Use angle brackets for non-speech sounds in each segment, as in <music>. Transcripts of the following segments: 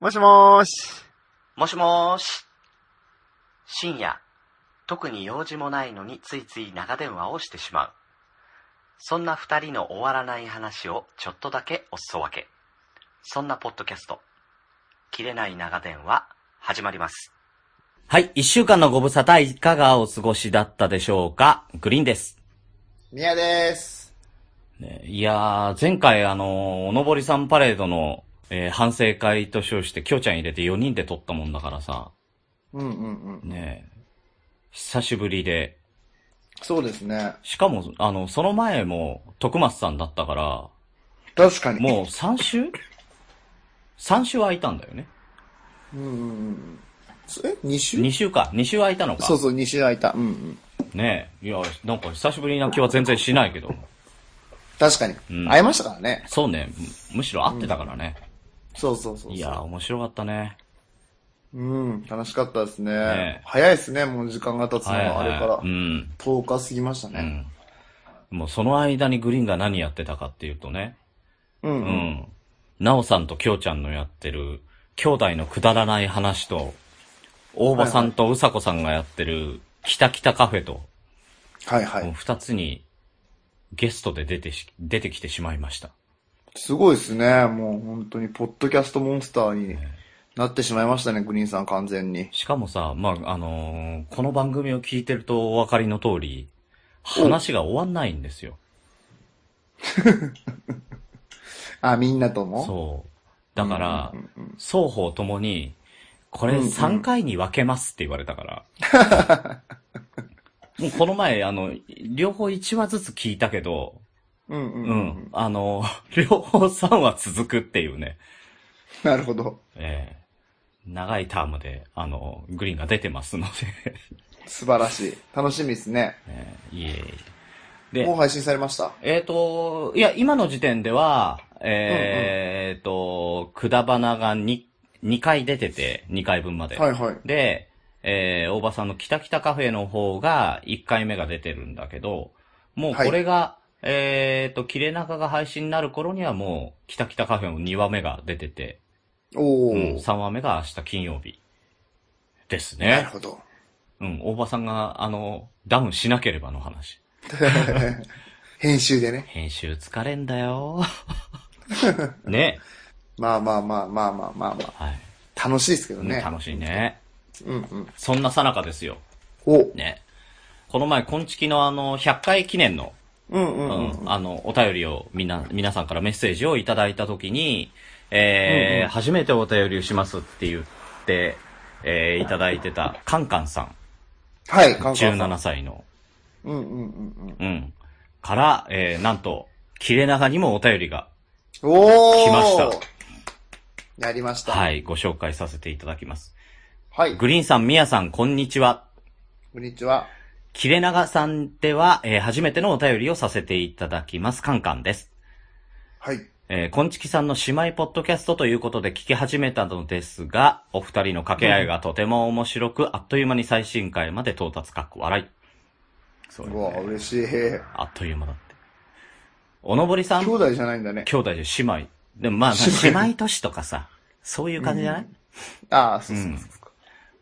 もしもーし。もしもーし。深夜、特に用事もないのについつい長電話をしてしまう。そんな二人の終わらない話をちょっとだけおすそ分け。そんなポッドキャスト、切れない長電話、始まります。はい、一週間のご無沙汰いかがお過ごしだったでしょうかグリーンです。みやです。ねいやー、前回あのーおのぼりさんパレードの、えー反省会と称して、きょうちゃん入れて4人で撮ったもんだからさ、うんうんうん。ねえ久しぶりで、そうですね。しかも、あの、その前も、徳松さんだったから、確かに。もう3週 ?3 週空いたんだよね。う。うんうんうん。え ?2 週2週か。2週空いたのか。そうそう、2週空いた。うんうん。ねえ。いや、なんか久しぶりな気は全然しないけど。確かに。うん会えましたからね。そうね。むむしろ会ってたからね。そうそうそうそう。いや、面白かったね。うん、楽しかったですね。ねえ早いですね、もう時間が経つのはいは、あはいれからう。ん。 10日過ぎましたね。うん。もうその間にグリーンが何やってたかっていうとね。うんううん。ん。なおさんときょうちゃんのやってる、兄弟のくだらない話と、大場さんとうさこさんがやってる、きたきたカフェと、はいはこのい。二つに、ゲストで出てし、出てきてしまいました。すごいですね。もう本当に、ポッドキャストモンスターになってしまいましたね、グリーンさん完全に。しかもさ、まあ、あのーこの番組を聞いてるとお分かりの通り、話が終わんないんですよ。あ、みんなともそう。だから、うんうんうん双方ともに、これうんうん3回に分けますって言われたから。 <laughs> もうこの前、あの、両方1話ずつ聞いたけど、うんうんう、うんん。あの、 <laughs> 両方3話続くっていうね、なるほど。ええ長いタームで、あの、グリーンが出てますので、 <laughs> 素晴らしい。楽しみですね。ええいえいえもで、う配信されました。えっ、と、いや、今の時点では、えっ、と、くだばなが 2, 2回出てて、2回分まで。はいはい。で、えー、大場さんの北北カフェの方が1回目が出てるんだけど、もうこれが、えーと、切れ中が配信になる頃にはもう、北北カフェの2話目が出てて、おうお、ん、3話目が明日金曜日。ですなるね。ほど。うん、大場さんが、あの、ダウンしなければの話。 <laughs> 編集でね。編集疲れんだ <laughs> よ。ね。まあまあまあまあまあまあまはい。あ。楽しいですけどうんね。楽しいね。うんうん。そんなさなかですよ。おね。この前、昆虫のあの、100回記念の、うんうんうん。うんあの、お便りをみんな、皆さんからメッセージをいただいたときに、えーうんうん初めてお便りをしますって言って、えーいただいてたカンカンさん、はい、カンカンさん。 17歳の、うんうんうんうん、から、えーなんと、切れ長にもお便りが、うん。おお。来ましたやりました。。はいい、ご紹介させていただきます。はい。こグリーンさん、ミヤさん、こんにちは。んにちは。切れ長さんでは、えー初めてのお便りをさせていただきます。カンカンです。はい。えー、こんちきさんの姉妹ポッドキャストということで聞き始めたのですが、お二人の掛け合いがとても面白く、あっという間に最新回まで到達かっこ笑い。そううわ、ね。嬉しい。兄あっという間だって。おのぼりさん、兄弟じゃないんだね。弟で姉妹。でもまあ、姉姉妹妹都市とかさ、そういう感じじゃない、ああ、そうそうそうそう。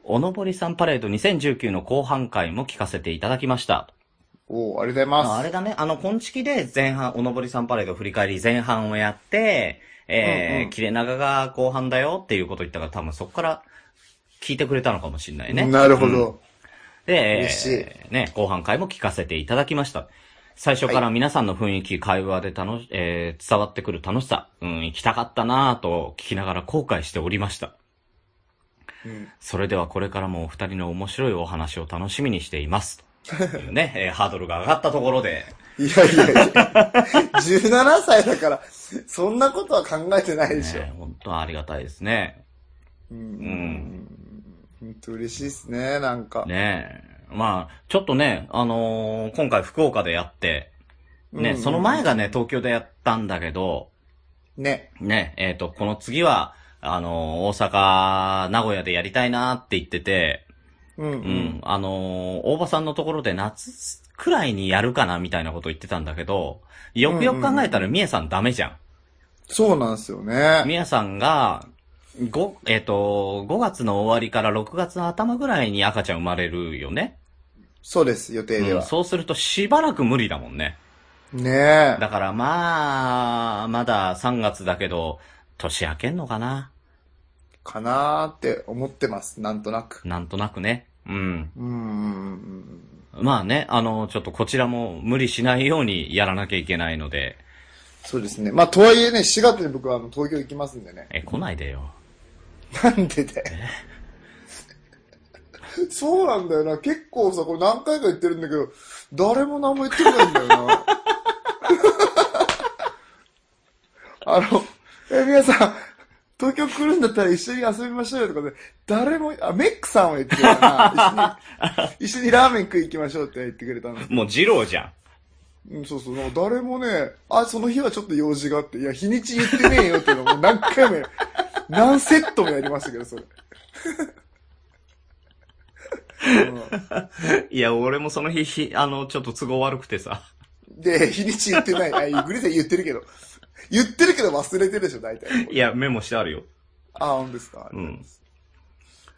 おのぼりさんパレード2019の後半回も聞かせていただきました。おおありがとうございあます。あれだね、あの、こんちきで前半、おのぼりさんパレード振り返り前半をやって、えーうんうん切れ長が後半だよっていうこと言ったから多分そこから聞いてくれたのかもしれないね。なるほうんど。で、嬉しいえーね、後半回も聞かせていただきました。最初から皆さんの雰囲気、会話で楽し、えー伝わってくる楽しさ、うん、行きたかったなぁと聞きながら後悔しておりました。うんそれではこれからもお二人の面白いお話を楽しみにしています。というね、えーハードルが上がったところで、いやいやいや。17歳だから、そんなことは考えてないでしょ。ね、本当ありがたいですね。うんうんうん。本当嬉しいですね、なんか。ねえ。まあ、ちょっとね、あのー今回福岡でやって、ね、うんうんその前がね、東京でやったんだけど、ね。ね、えっ、と、この次は、あのー大阪、名古屋でやりたいなって言ってて、うんううん、ん。あのー大場さんのところで夏くらいにやるかなみたいなこと言ってたんだけど、よくよく考えたら、みえさんダメじゃん。そうなんですよね。みえさんが、 5、えっ、と、5月の終わりから6月の頭ぐらいに赤ちゃん生まれるよね。そうです、予定でうん、は。そうするとしばらく無理だもんね。ねえ。だからまあ、まだ3月だけど、年明けんのかなかなーって思ってます、なんとなく。なんとなくね。うん。うんうんうんまあね、あの、ちょっとこちらも無理しないようにやらなきゃいけないので、そうですね。まあ、とはいえね、4月に僕はあの東京行きますんでね。え、来ないでよ。なんでだよ。そうなんだよな。結構さ、これ何回か言ってるんだけど、誰も何も言ってこないんだよな。 <laughs> あの、え、皆さん、東京来るんだったら一緒に遊びましょうよとかで、誰も、あ、メックさんは言ってたな。一緒に、一緒にラーメン食い行きましょうって言ってくれたんですもう二郎じゃん。うん、そうそう、なんか誰もね、あ、その日はちょっと用事があって、いや、日にち言ってねえよっていうのもう何回もやる、 <laughs> 何セットもやりましたけど、それ。いや、俺もその日、ひあの、ちょっと都合悪くてさ。うん、で、日にち言ってない。あ、グリーンさん言ってるけど。言ってるけど忘れてるでしょ、大体。いや、メモしてあるよ。あ、本当ですか。うん。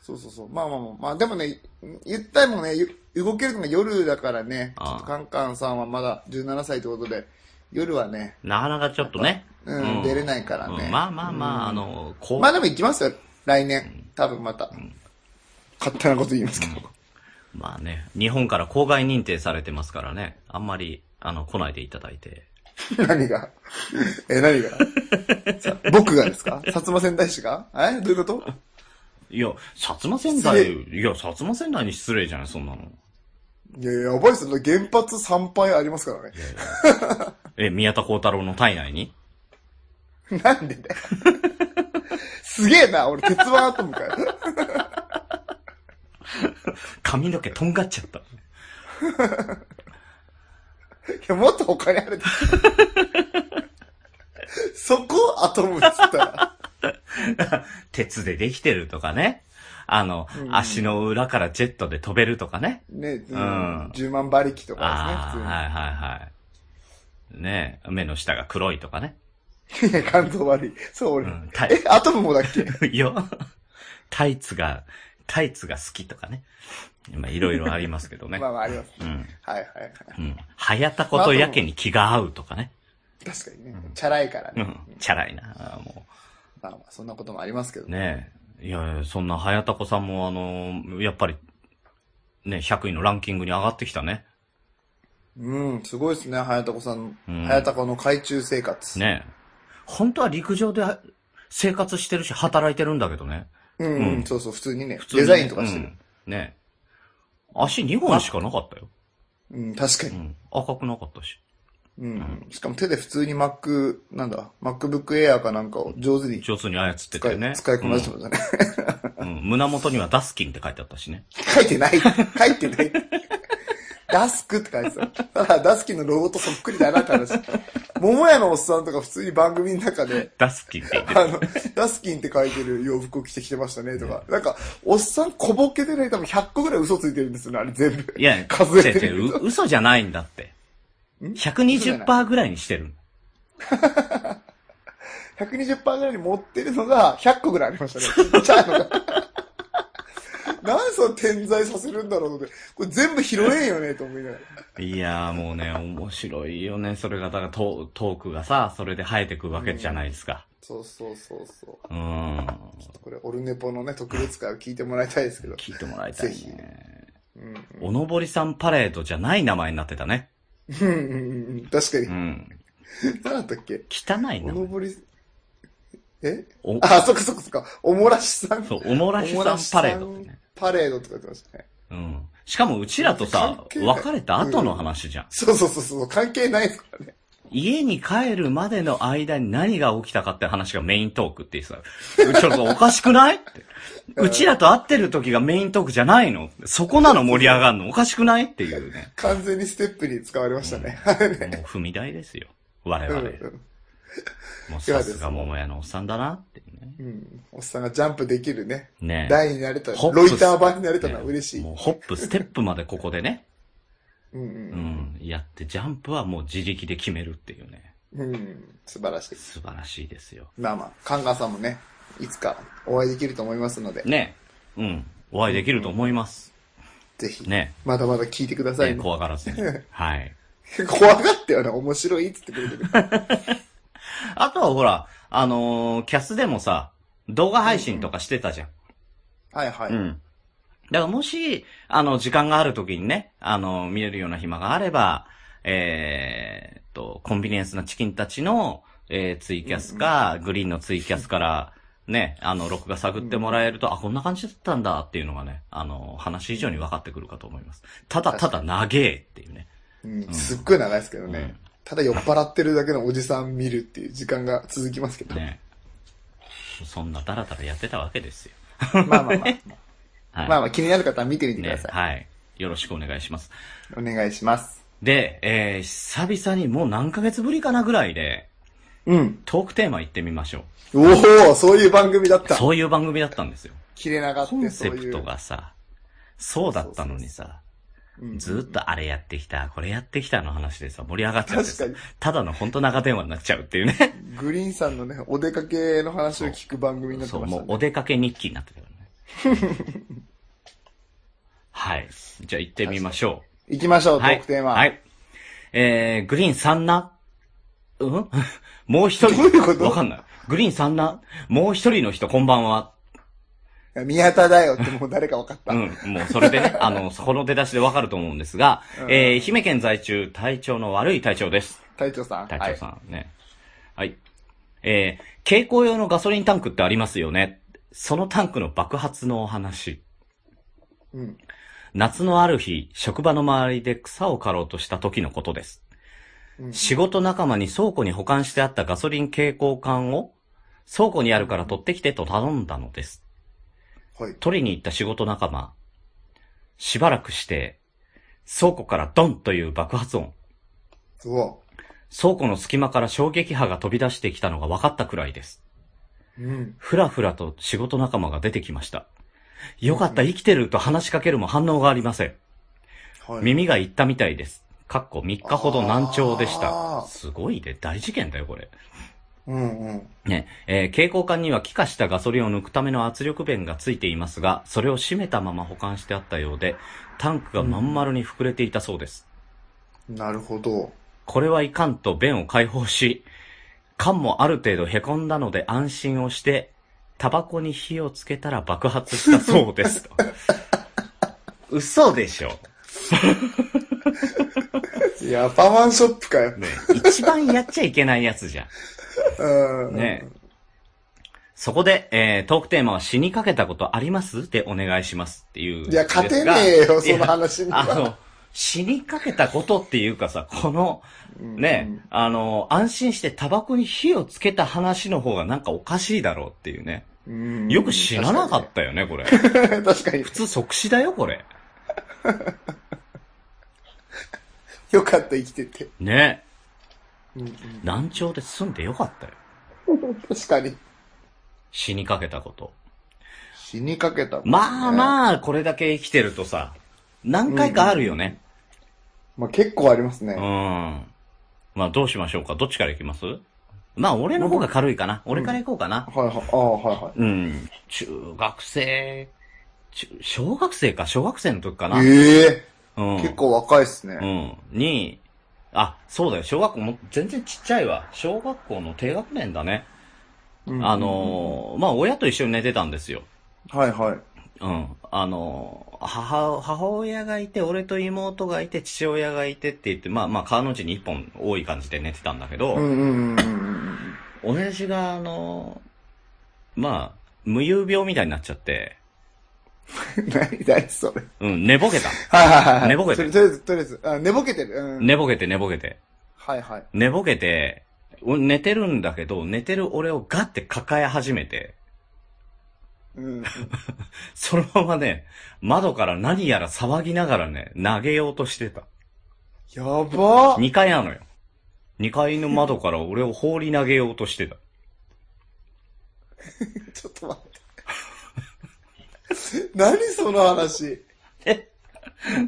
そうそうそう。まあまあまあ、まあ、でもね、言ったりもね、ゆ動けるのが夜だからね、ちああょっとカンカンさんはまだ17歳ということで、夜はね、なかなかちょっとね。うん、出れないからね。うんまあまあまあ、あの、こう、まあでも行きますよ、来年。多分また。勝手なこと言いますけど。まあね、日本から公害認定されてますからね。あんまり、あの、来ないでいただいて。何が <laughs> え、何がさ僕がですか薩摩仙台市がえどういうこといや、薩摩仙台、いや、薩摩仙台に失礼じゃない、そんなの。いや、やばいっすよ。原発参拝ありますからね。え、宮田幸太郎の体内になんでだよ。すげえな、俺、鉄腕アトムかよ。髪の毛とんがっちゃった。いや、もっと他にあるでしょそこ、アトムっつったら。鉄でできてるとかね。あの、足の裏からジェットで飛べるとかね。ね、うんん、10万馬力とああー、かはいはいはい。ねえ目の下が黒いとかね。ですね、普通に。いや、肝臓悪い。そう、う俺。ん、タイえ、アトムもだっけいや、タイツが、タイツが好きとかね。まあ、いろいろありますけどね。 <laughs> まあまあ、あります。うん。はいはいはい。うん。はやたことやけに気が合うとかね。確かにね。チャラいからうね。ん。チャラいな。もまあまあ、そんなこともありますけどう。ねえ。いやいや、そんなはやたこさんも、あの、やっぱり、ね、100位のランキングに上がってきたね。うん、すごいですね、早田子さん。うん早田子の海中生活。ねえ。本当は陸上で生活してるし、働いてるんだけどね。うん、ううんん、そうそう、普通にね、普通にねデザインとかしてる。うんねえ。足2本しかなかったよ。うん、確かうに。ん。赤くなかったし。うん。しかも手で普通に Mac、なんだ、MacBook Air かなんかを上手に上手に操って使てい,、ね。使いこなしてましたね。うんうん胸元にはダスキンって書いてあったしね。 <laughs> 書いてない。書いてない。ダスクって書いてた。ただ、ダスキンのロゴとそっくりだなって話。桃屋のおっさんとか普通に番組の中で、ダスキンって言ってあの、ダスキンって書いてる洋服を着てきてましたねとか、なんか、おっさん小ボケでね、多分100個ぐらい嘘ついてるんですよね、あれ全部。いや、 <laughs> 数えて違うる違うう嘘じゃないんだって。120%ぐらいにしてる。 120%ぐらいに持ってるのが100個ぐらいありましたね。 <laughs> ちっちゃいのが。なんでその点在させるんだろうと思って、これ全部拾えんよね、と思いながら。いやーもうね、面白いよね。それが、だからトトークがさ、それで生えてくわけじゃないですか。そうそうそうそう。うーん。これ、オルネポのね、特別会を聞いてもらいたいですけど。聞いてもらいたいぜひね。うんおのぼりさんパレードじゃない名前になってたね。うんうんうん、確うかん。に。何だったっけ汚いお名の前。ぼり、え <laughs> おあ、そっかそっかそっか。おもらしさん。そう、おもらしさんパレードってね。パレードとか言ってましたね。うん。しかもうちらとさ関、係ない別れた後の話じゃん。そうそうそうそう、関係ないですからね。家に帰るまでの間に何が起きたかって話がメイントークって言ってた。ちょっとおかしくないって。うちらと会ってる時がメイントークじゃないのそこなの盛り上がるのおかしくないっていうね。完全にステップに使われましたね。もう踏み台ですよ。我う々。んもうさすが桃屋のおっさんだなっていうね。うん。おっさんがジャンプできるね。ねえ台になれた、ホップロイター版になれたのは嬉しい。もうホップ、ステップまでここでね。うんううん。んやって、ジャンプはもう自力で決めるっていうね。うん。素晴らしい。素晴らしいですよ。まあまあ、カンガンさんもね、いつかお会いできると思いますので、ね。うん。お会いできると思います。ぜひ、ね。まだまだ聞いてくださねいね。怖がらずに。はい。 <laughs> 怖がってよね、面白いっつってくれてる。あとはほら、あのーキャスでもさ、動画配信とかしてたじゃん。はいはい。うん。だからもし、あの、時間がある時にね、あの、見れるような暇があれば、えーっと、コンビニエンスなチキンたちの、えーツイキャスか、グリーンのツイキャスから、ね、あの、録画探ってもらえると、あ、こんな感じだったんだっていうのがね、あの、話以上に分かってくるかと思います。ただただ長えっていうね。うんすっごい長いですけどね、うんただ酔っ払ってるだけのおじさん見るっていう時間が続きますけど。ね。そんなダラダラやってたわけですよ。まあまあまあ。はい。まあまあ気になる方は見てみてくだねさ、い。はい。よろしくお願いします。お願いします。で、えー、久々にもう何ヶ月ぶりかなぐらいで、うん。トークテーマ行ってみましょおおそういう番組だっう。た。そういう番組だったんですよ。切れ長っコンてそうセいう。プトがさ、そうだったのにさ、うんずーっとあれやってきた、これやってきたの話でさ、盛り上がっちゃって確さかに、、ただの本当長電話になっちゃうっていう <laughs> ね。グリーンさんのね、お出かけの話を聞く番組になってそう、ましもうた、ね。お出かけ日記になってたからね。 <laughs> はい。じゃあ行ってみましょ行きましょう。う、トはーいク。テーマ。はい。えー、グリーン3な、うん <laughs> もう一人。どういうことわかんない。グリーン3な、もう一人の人、こんばんは。いや宮田だよってもう誰か分かった。うん、もうそれで <laughs> ね、あの、そこの出だしでわかると思うんですが、うんえー、愛媛県在住、体調の悪い隊長です。隊長さん。隊長はさんね。はい。えー、蛍光用のガソリンタンクってありますよね。そのタンクの爆発のお話。い。うん。夏のある日、職場の周りで草を刈ろうとした時のことです。うん仕事仲間に倉庫に保管してあったガソリン蛍光管を、倉庫にあるから取ってきてと頼んだのです。はい。取りに行った仕事仲間。しばらくして、倉庫からドンという爆発音。うわ。倉庫の隙間から衝撃波が飛び出してきたのが分かったくらいです。うん。ふらふらと仕事仲間が出てきました。よかった、生きてると話しかけるも反応がありません。はい。耳がいったみたいです。かっこ3日ほど難聴でしあた。ーすごいね、大事件だよ、これ。うんうん。ね、えー蛍光管には気化したガソリンを抜くための圧力弁がついていますが、それを閉めたまま保管してあったようで、タンクがまん丸に膨れていたそうです。なるほど。これはいかんと弁を解放し、缶もある程度凹んだので安心をして、タバコに火をつけたら爆発したそう <laughs> です。と嘘でしょ。いや、パワーマンショップかよ。ね、一番やっちゃいけないやつじゃん。うん。ねそこで、えートークテーマは死にかけたことありますでお願いしますっていう。いや、勝てねえよ、その話にあは。の、死にかけたことっていうかさ、この、うんね、あの、安心してタバコに火をつけた話の方がなんかおかしいだろうっていうね。うんよく死ななかったよね、これ。た。 <laughs> 確かに。普通即死だよ、これ。よかった、生きてて。ね。うんうん難聴で済んでよかったよ。確かに。死にかけたこと。死にかけたもんね。まああ。まあ、これだけ生きてるとさ、何回かあるよね。まあ結構ありますうね。ん。まあ、どうしましょうか。どっちからいきますまあ、俺の方が軽いかな。俺からいこうかな。はいはい。ああ、はいはい。うん。中学生、中小学生か、小学生の時かな。ええうん。結。構若いっすうね。ん。に、あ、そうだよ。小学校も、全然ちっちゃいわ。小学校の低学年だね。うんあ、のーまあ、親と一緒に寝てたんですよ。はいはい。うん。あのー母、母親がいて、俺と妹がいて、父親がいてって言って、まあまあ、川のうちに一本多い感じで寝てたんだけど、うんうんうんうんうん。親父が、あのーまあ、無遊病みたいになっちゃって、 <laughs> 何、何それ。うん、寝ぼ <laughs> けた。はいはいはい。寝ぼけてるそれとりあえず、とりあえず、あ寝ぼけてる。うん。寝ぼけて寝ぼけて。はいはい。寝ぼけて、お寝てるんだけど、寝てる俺をガッて抱え始めて、 <laughs> うん。そのままね、窓から何やら騒ぎながらね、投げようとしてた。やばー2階なのよ。2階の窓から俺を放り投げようとしてた。ちょっと待って。何その話。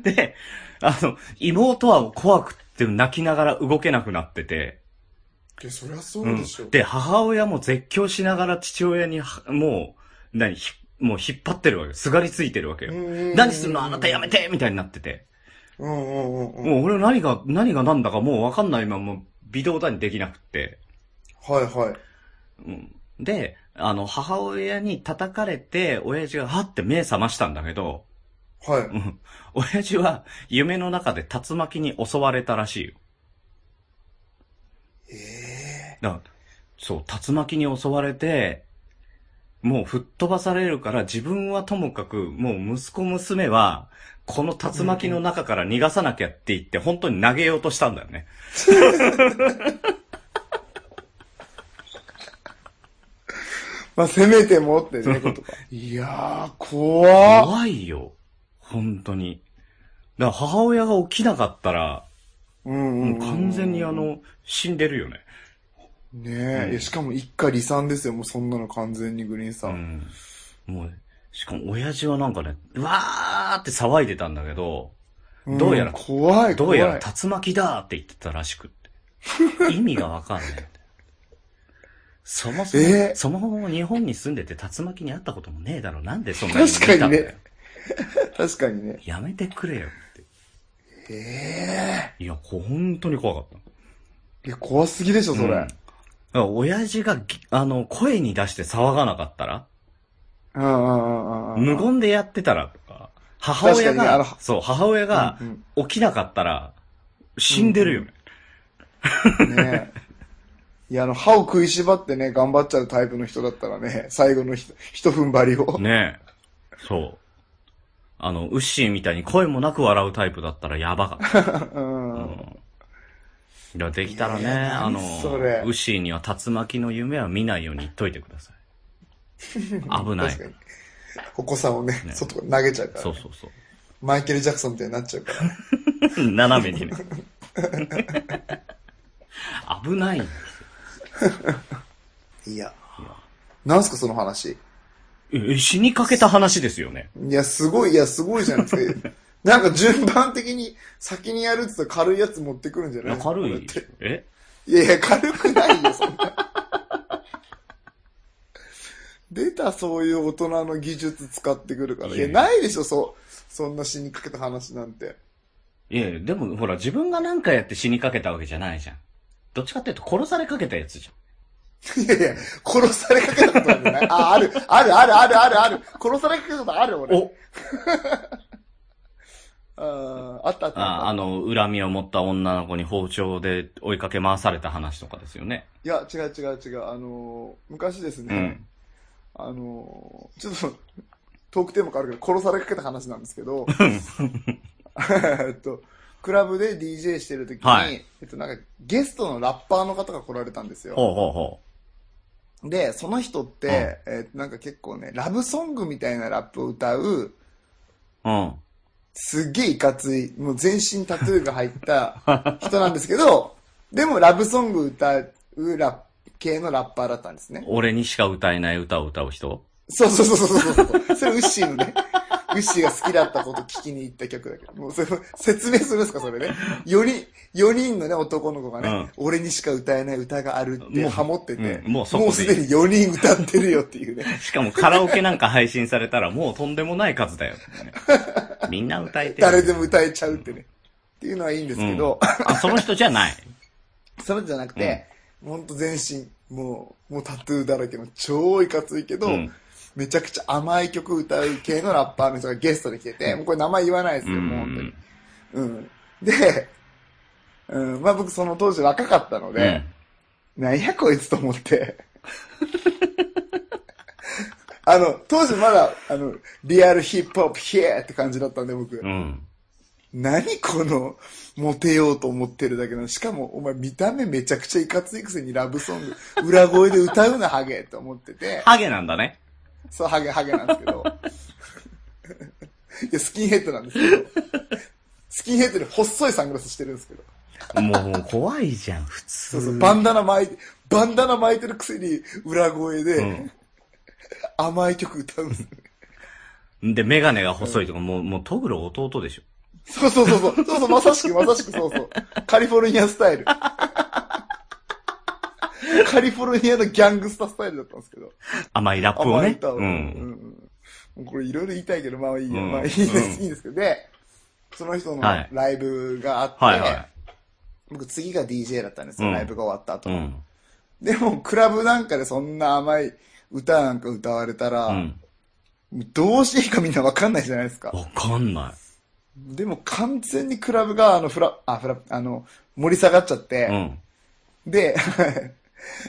で、あの、妹は怖くって泣きながら動けなくなってて、で、そりゃそううんでしょ。で、母親も絶叫しながら父親には、もう、何、ひもう引っ張ってるわけよ。すがりついてるわけよ。何するのあなたやめて。てみたいになってて。うんうんうんうん。もう俺何が、何が何だかもうわかんないまま、微動だにできなくって。はいはい。うん。で、あの、母親に叩かれて、親父がはって目覚ましたんだけど、はい。うん。親父は夢の中で竜巻に襲われたらしいよ。ええだからそう、竜巻に襲われて、もう吹っ飛ばされるから自分はともかく、もう息子娘は、この竜巻の中から逃がさなきゃって言って、本当に投げようとしたんだよね。まあ、せめてもってね、 <laughs> ことか。いやー、怖っ。怖いよ。本当に。だから母親が起きなかったら、うんうんもう。うん完全にあ、の、死んでるよね。ねえ、いやしかも一家離散ですよ、もうそんなの完全にグリーンさ。うんん。もう、しかも親父はなんかね、うわーって騒いでたんだけど、んどうやら怖い、どう怖い。やら竜巻だーって言ってたらしくって。 <laughs> 意味がわかんないって。そもそも、えーそもそも日本に住んでて竜巻に会ったこともねえだろ。なんでそんな確か見たにねんだよ確かにね。やめてくれよっええて。いや、こ本当に怖かった。いや、怖すぎでしょ、そうんれだ。から親父がぎ、あの、声に出して騒がなかったら、うんうんうんうん。無言でやってたらとか、母親確かにねあのが、そう、母親がうん起きなかったら、死んでるよね。うんねえ。いや、あの、歯を食いしばってね、頑張っちゃうタイプの人だったらね、最後のひとひと踏ん張りを。ねえ。そう。あの、ウッシーみたいに声もなく笑うタイプだったらやばかった。うん。うん。いや、できたらいね、やいやあの、ウ何それッシーには竜巻の夢は見ないように言っといてくだ <laughs> さい。危ない確。かに。お子さんをね、ね外から投げちゃうから、そうそうそう。マイケル・ジャクソンみたいになっちゃうから。 <laughs> 斜めにね。危ない。 <laughs> いや。なんすか、その話。え死にかけた話ですよね。いや、すごい、いや、すごいじゃなくて、なんか <laughs> 順番的に先にやるって言ったら軽いやつ持ってくるんじゃいなやい軽こうやっいて。えいやいや、軽くないよ、そんな。 <laughs> 出た、そういう大人の技術使ってくるから。いいやや、いやないでしょ、そう。そんな死にかけた話なんて。いやいや、でもほら、自分が何かやって死にかけたわけじゃないじゃん。どっちかっていうと殺されかけたやつじゃん。いやいや、殺されかけたことなんてない。あ、ある、ある、ある、ある、ある、ある。殺されかけたことある、俺。おあーあったあったあったああの、恨みを持った女の子に包丁で追いかけ回された話とかですよね。いや、違う違う違う。あのー昔ですうね、ん。あのーちょっと、トークテーマ変わるけど、殺されかけた話なんですけど、えっと、クラブで DJ してる時に、はいえっと、なんか、ゲストのラッパーの方が来られたんですよ。ほうほうほで、その人って、えっと、なんか結構ね、ラブソングみたいなラップを歌う、う。うん。すっげえいかつい、もう全身タトゥーが入った人なんですけど、でもラブソング歌うラッ系のラッパーだったんですね。俺にしか歌えない歌を歌う人そうそうそうそうそうそう。それウッシーのね、ウッシーが好きだったこと聞きに行った曲だけど、もうそれ説明するんですか、それね。4人、4人のね、男の子がね、うん俺俺にしか歌えない歌があるってもうハモってて、うんもうそこでもうすでに4人歌ってるよっていう <laughs> ね。しかもカラオケなんか配信されたらもうとんでもない数だよ、みんな歌えてる誰でも歌えちゃうってね。っていうのはいいんですけど、あ、その人じゃない。 <laughs> それじゃなくて、ほんと全身、もう、もうタトゥーだらけの超いかついけど、うんめちゃくちゃ甘い曲歌う系のラッパーの人がゲストで来てて、もうこれ名前言わないですうよ、もう本当にん。。うん。で、うん、まあ僕その当時若かったので、なんやこいつと思って。 <laughs> あの、当時まだ、あの、リアルヒップホップヒエーって感じだったんで僕。うん。うん。何この、モテようと思ってるだけなの。しかも、お前見た目めちゃくちゃいかついくせにラブソング、裏声で歌うな、ハゲと思ってて。ハゲなんだね。そう、ハゲハゲなんですけど。 <laughs> いや、スキンヘッドなんですけど。スキンヘッドで細いサングラスしてるんですけど。もう怖いじゃん、普そうそう、通。バンダナ巻いて、バンダナ巻いてるくせに裏声で、甘い曲歌うんですよね。うん。で、メガネが細いとか、もう、もうトグロ弟でしょ。そうそうそうそう、そうそう、まさしくまさしくそうそう。カリフォルニアスタイル。カリフォルニアのギャングスタスタイルだったんですけど。甘いラップを甘ねい。歌をう。うんんうんこれいろいろ言いたいけど、まあいいや、うんまあいいです、うんいいんですけど。で、その人のはいライブがあって、はいは僕次が DJ だったんですよ、うんライブが終わった後。い。うん。でも、クラブなんかでそんな甘い歌なんか歌われたら、うん。どうしていいかみんなわかんないじゃないですか。わかんなでも完全にクラブが、あの、フラ、あ、フラ、あの、盛り下がっちゃい。っうて、ん。で、 <laughs>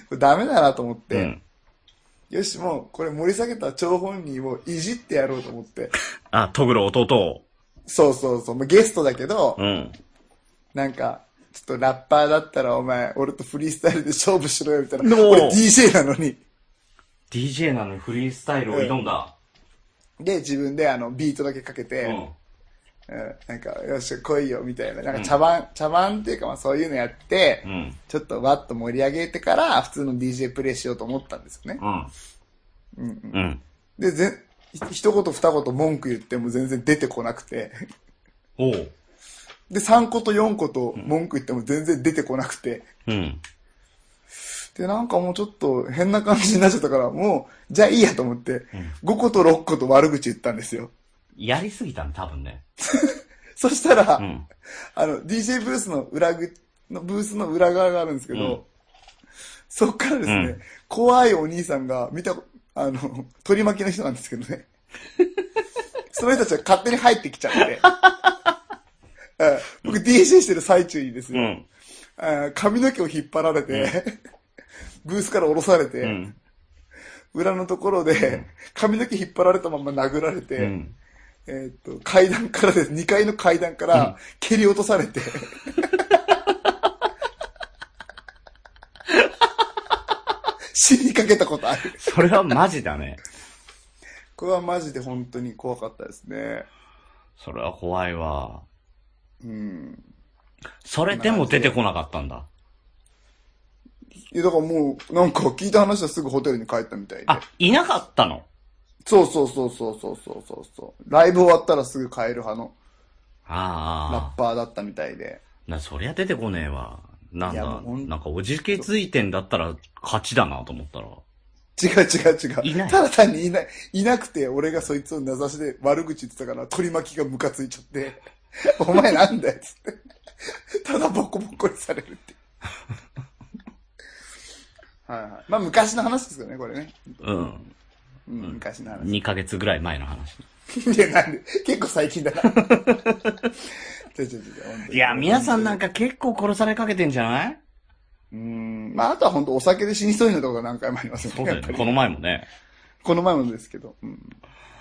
これダメだなと思っうて、ん。よし、もう、これ盛り下げた張本人をいじってやろうと思って。あ、トグロ弟を。そうそうそう、もうゲストだけど、うん。なんか、ちょっとラッパーだったらお前、俺とフリースタイルで勝負しろよ、みたいな。おー俺 DJ なのに。 DJ なのにフリースタイルを挑んだ。で、自分であの、ビートだけかけて、ううんん。なんか、よし、来いよ、みたいな。なんか茶番、茶番っていうかまあそういうのやって、うん。ちょっとわっと盛り上げてから、普通の DJ プレイしようと思ったんですよね。うん。うん。うん。で、ぜん、ひ一言二言文句言っても全然出てこなくて。おう。で、3個と4個と文句言っても全然出てこなくて。うん。で、なんかもうちょっと変な感じになっちゃったから、もう、じゃあいいやと思って、5個と6個と悪口言ったんですよ。やりすぎたね、多分ね。そしたら、うん。あの、DJ ブースの裏ぐ、のブースの裏側があるんですけど、うんそっからですね、うん怖いお兄さんが見たこ、あの、取り巻きの人なんですけ <laughs> どね。その人たちが勝手に入ってきちゃって。 <laughs> え僕 DJ してる最中にですうね、ん。えー髪の毛を引っ張られて、ブースから降ろされて、うん。裏のところで、髪の毛引っ張られたまま殴られて、うん。えーっと、階段からです。2階の階段から蹴り落とされて。死にかけたことある。それはマジだね。これはマジで本当に怖かったですね。それは怖いわ。うん。それでも出てこなかったんだ。いや、だからもう、なんか聞いた話はすぐホテルに帰ったみたいで。あ、いなかったのそうそうそうそうそうそうそうそう。ライブ終わったらすぐ帰る派のラあッパーだったみたいで。あ。な、そりゃ出てこねえわ。なんいやもだう、ほんなんかおじけづいてんだったら勝ちだなと思ったら。違う違う違う。いないただ単にいない、いなくて、俺がそいつを名指しで悪口言ってたから、取り巻きがムカついちゃって、 <laughs> お前なんだよ、つって。ただボコボコにされるって。はいはい。まあ昔の話ですよね、これね。うん。うん、昔の話。 2ヶ月ぐらい前の話。いや、なんで、結構最近だな。ちょちょちょ本当にいや、皆さんなんか結構殺されかけてんじゃないうん。まああとは本当お酒で死にそうになったことが何回もありますよそうだね。やよっぱね。りこの前もね。この前もですけど。うん。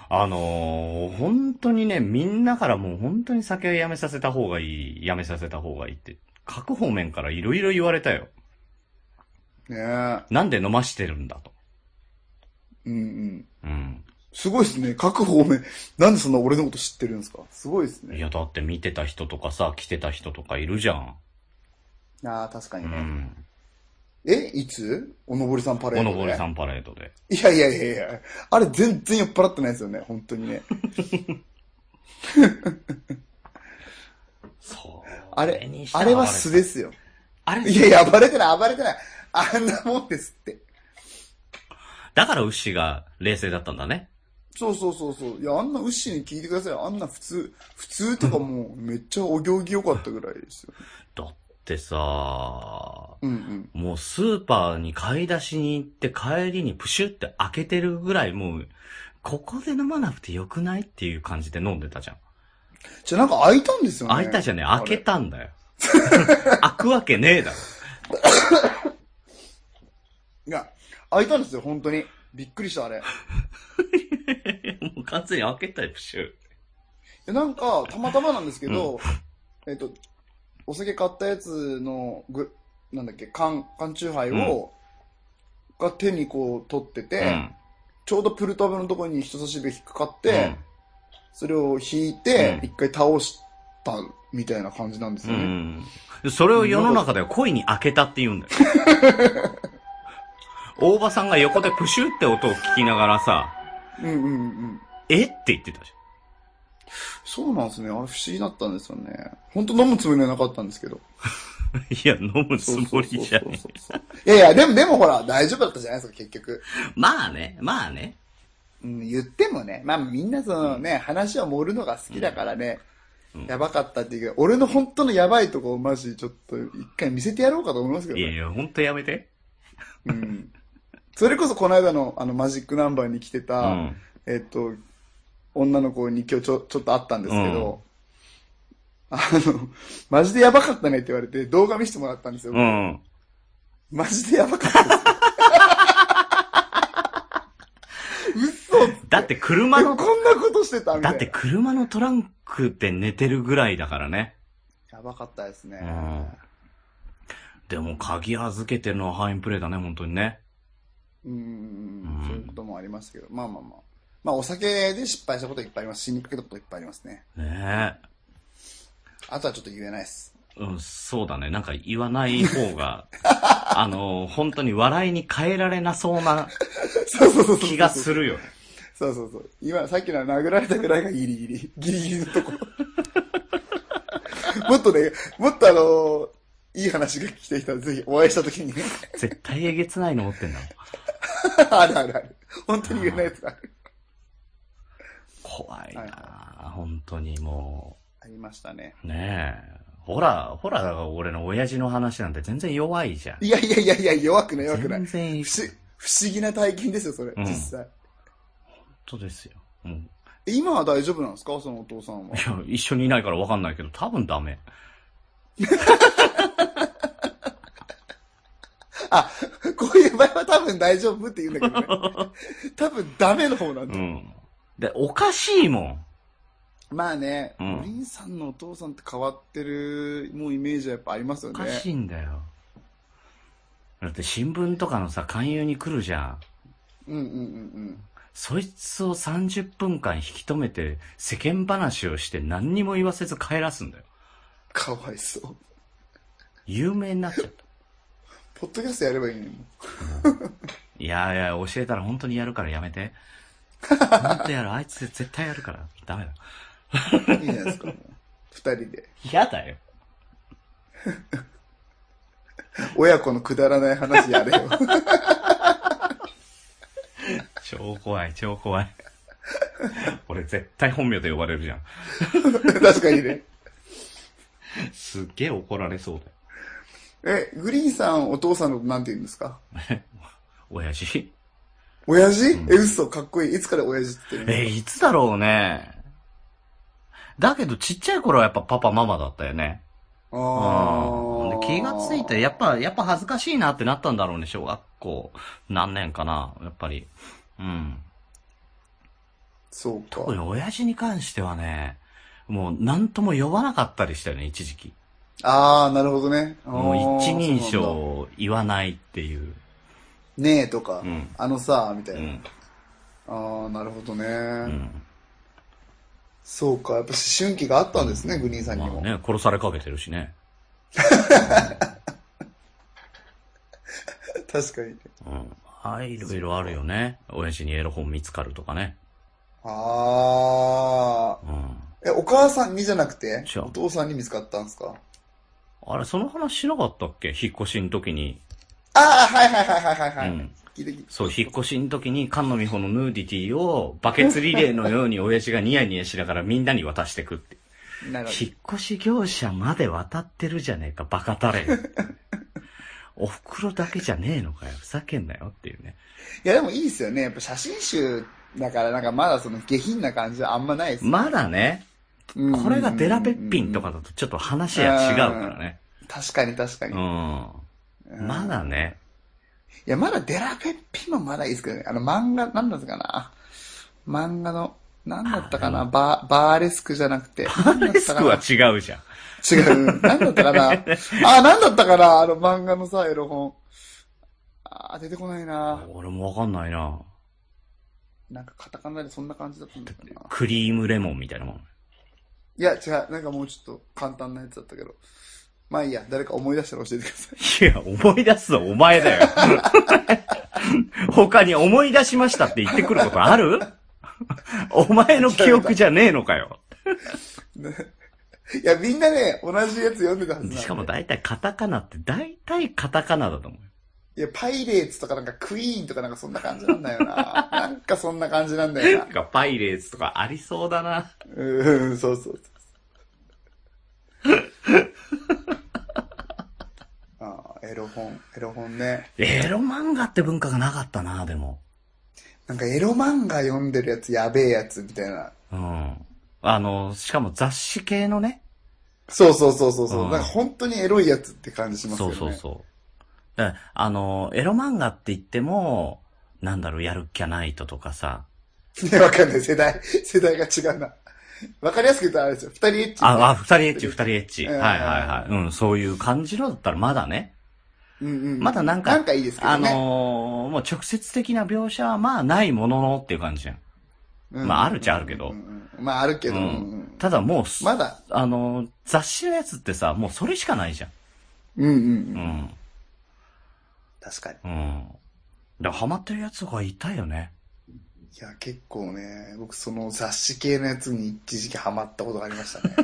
あのー、本当にね、みんなからもう本当に酒はやめさせた方がいい、やめさせた方がいいって、各方面からいろいろ言われたよ。ねえ。なんで飲ましてるんだと。うんうん。うん。すごいですね。各方面。なんでそんな俺のこと知ってるんですかすごいですいね。や、だって見てた人とかさ、来てた人とかいるじゃん。ああ、確かう。ん。えいつおのぼりさんパレーおドので。ぼりさんパレードで。いやいやいやいや。あれ全然酔っ払ってないですよね。本当にね。そう。あそれにし、たあられは素で暴すよ。れた。あいれ、やいや、暴れてない、暴れてない。あんなもんですって。だからウッシーが冷静だったんだね。そうそうそうそう。いや、あんなウッシーに聞いてください。あんな普通、普通とかもうめっちゃお行儀良かったぐらいですよ。だってさ、うんうん。もうスーパーに買い出しに行って帰りにプシュって開けてるぐらいもう、ここで飲まなくてよくないっていう感じで飲んでたじゃん。じゃあなんか開いたんですよね。開いたじゃねえ、あ開れけたんだよ。 <laughs> 開くわけねえだろ。 <laughs> いや、開いたんですよ、本当に。びっくりした、あれ。もう完全に開けたよ、プシュ。でなんか、たまたまなんですけど、えっと、お酒買ったやつのぐ、なんだっけ、缶、缶チューハイを、が手にこう取ってて、うん。ちょうどプルタブのところに人差し指が引っかかっうて、んそれを引いて、うん一回倒したみたいな感じなんですうよね。ん。それを世の中では恋に開けたって言 <laughs> うんだよ。大場さんが横でプシュって音を聞きながらさ、うんうんうん。えって言ってたじそうなんですね。あれ不思議だったんですよね。本当飲むつもりはなかったんですけど。ゃ <laughs> いや、飲むつもりじゃそうねそうそうそういやいや、でも、でもほら、大丈夫だったじゃないですか、結局。え。まあね、まあね。うん、言ってもね、まあみんなそのね、話を盛るのが好きだからね、うんやばかったっていうけど、俺の本当のやばいとこをマジちょっと一回見せてやろうかと思いますけどいやいね。や、ほんとやめて。うん。それこそこの間のあのマジックナンバーに来てうた、ん。えっと、女の子に今日ちょちょっと会ったんですけど、あの、マジでやばかったねって言われて動画見せてもらったんですよ。うん。マジでやばかった <laughs> ですよ。嘘ってだって車でもの、こんなことしてたみだたいな。って車のトランクで寝てるぐらいだからね。やばかったですね。うん。でも鍵預けてるのはハインプレーだね、本当にね。うーうんんそういうこともありますけど、まあまあまあ。まあお酒で失敗したこといっぱいあります。死にかけたこといっぱいありますね。ねあとはちょっと言えないです。え。うん、そうだね。なんか言わない方 <laughs> が、あの、本当に笑いに変えられなそうなそうそうそうそう。気がするよ。そうそうそう。今、さっきのは殴られたぐらいがギリギリ。ギリギリの <laughs> とこ。もっとね、もっとあのいい話が聞きたい人はぜひお会いしたときにね。 <laughs> 絶対えげつないの持ってんだろ。あるあるある。本当に言えないやつがある。怖いはいなあ本当にもありましたね。う。ねえ。ほら、ほら、俺の親父の話なんて全然弱いじゃん。いやいやいやいや、弱くない弱くない全。然いい不思不思議な体験ですよ、それ。ん実際。ことですよ。うん。。今は大丈夫なんですかそのお父さんはい <laughs> や、一緒にいないからわかんないけど、多分ダメ。あ、こういう場合は多分大丈夫って言うんだけど <laughs> ね。多分ダメの方なんうだ。ん。で、おかしいもん。まあね、うんおりんさんのお父さんって変わってる、もうイメージはやっぱありますよおね。かしいんだよ。だって新聞とかのさ、勧誘に来るじゃん。うんうんうんそいつを30分間引き止めて、世間話をして何にも言わせず帰らすんだよ。うん。かわいそう。有名になっちゃった。ポッドキャストやればいいのに。いやいや、教えたら本当にやるからやめて。本当やる。あいつ絶対やるから。ダメだ。いいじゃないですか、もう。二人で。嫌だよ。親子のくだらない話やれ <laughs> よ。超怖い、超怖い。俺絶対本名で呼ばれるじゃん。確かにね。すっげえ怒られそうだよ。え、グリーンさん、お父さんのことなんて言うんですか親父親父、んえ、嘘、かっこいい。いつから親父って言ってるえ、いつだろうね。だけどちっちゃい頃はやっぱパパママだったよね。うんの。で気がついて、やっぱ、やっぱ恥ずかしいなってなったんだろうね、小学校。何年かな、やっぱり。うん。そう特にか。親父に関してはね、もう何とも呼ばなかったりしたよね、一時期。あー、なるほどね。あーもう一人。そう称なんだを言わないっていう。ねえとか、うんあのさ、みたういな。ん。あー、なるほどね。うん。そうか、やっぱ思春期があったんですね、グリーンさんにまあも。ね、殺されかけてるしね。確かに。うん。あいろいろあるよね。親父にエロ本見つかるとかね。あうん。ー。え、お母さんにじゃなくてじゃあお父さんに見つかったんですかあれ、その話しなかったっけ引っ越しの時に。あー、はいはいはいはいはい。はういん聞いて聞いてそう、引っ越しの時に、菅野美穂のヌーディティを、バケツリレーのように親父がニヤニヤしながらみんなに渡してくって。なるほ引っ越し業者まで渡ってるじゃねえか、バカタレ。お袋だけじゃねえのかよ、ふざけんなよっていうね。どいや、でもいいですよね。やっぱ写真集だから、なんかまだその下品な感じはあんまないです。まだね、うんこれがデラべっぴんとかだとちょっと話が違うからね。確かに確かに。ういん。まだね、や、まだデラペッピもまだいいですけどね。あの漫画、なんだったかな漫画の、なんだったかあなーバー、バーレスクじゃなくて。バハレスクは違うじゃん。違う。なんだった <laughs> かなあ、なんだったかなあの漫画のさ、エロ本。あー、出てこないな俺もわかんないな。なんかカタカナでそんな感じだったんだけどな。クリームレモンみたいなもん。いや、違う。なんかもうちょっと簡単なやつだったけど。まあいいや、誰か思い出したら教えてくださいい。や、思い出すのお前だよ。他に思い出しましたって言ってくることあるお前の記憶じゃねえのかよ。いや、みんなね、同じやつ読んでたはずなんでしかも大体カタカナって大体カタカナだと思う。いや、パイレーツとかなんかクイーンとかなんかそんな感じなんだよ <laughs> な。なんかそんな感じなんだよななん。かパイレーツとかありそうだな。うーん、そうそう <laughs> そう。ああ、エロ本、エロ本ね。エロ漫画って文化がなかったな、でも。なんかエロ漫画読んでるやつやべえやつみたいな。うん。あの、しかも雑誌系のね。そうそうそうそう。そううんなんか本当にエロいやつって感じしますよそね。うそうそう。だからあの、エロ漫画って言っても、なんだろう、やるっきゃないととかさ。う。ね、わかんない。世代、世代が違うな。わかりやすく言ったらあれですよ。二人エッチ、あ、あ、二人エッチ、二人エッチ。うはんいはいはい。うん、そういう感じのだったらまだね。うんうん。まだなんかなんかいいですけどあね。のーもう直接的な描写はまあないもののっていう感じじゃん。うんまああるっちゃあるけどうんうんまああるけど。うんうんうんただもうす、まだ。あのー雑誌のやつってさ、もうそれしかないじゃん。うんうんううん。ん。確かに。うん。だからハマってるやつがいたよね。いや、結構ね、僕その雑誌系のやつに一時期ハマったことがあり <laughs> ましたね。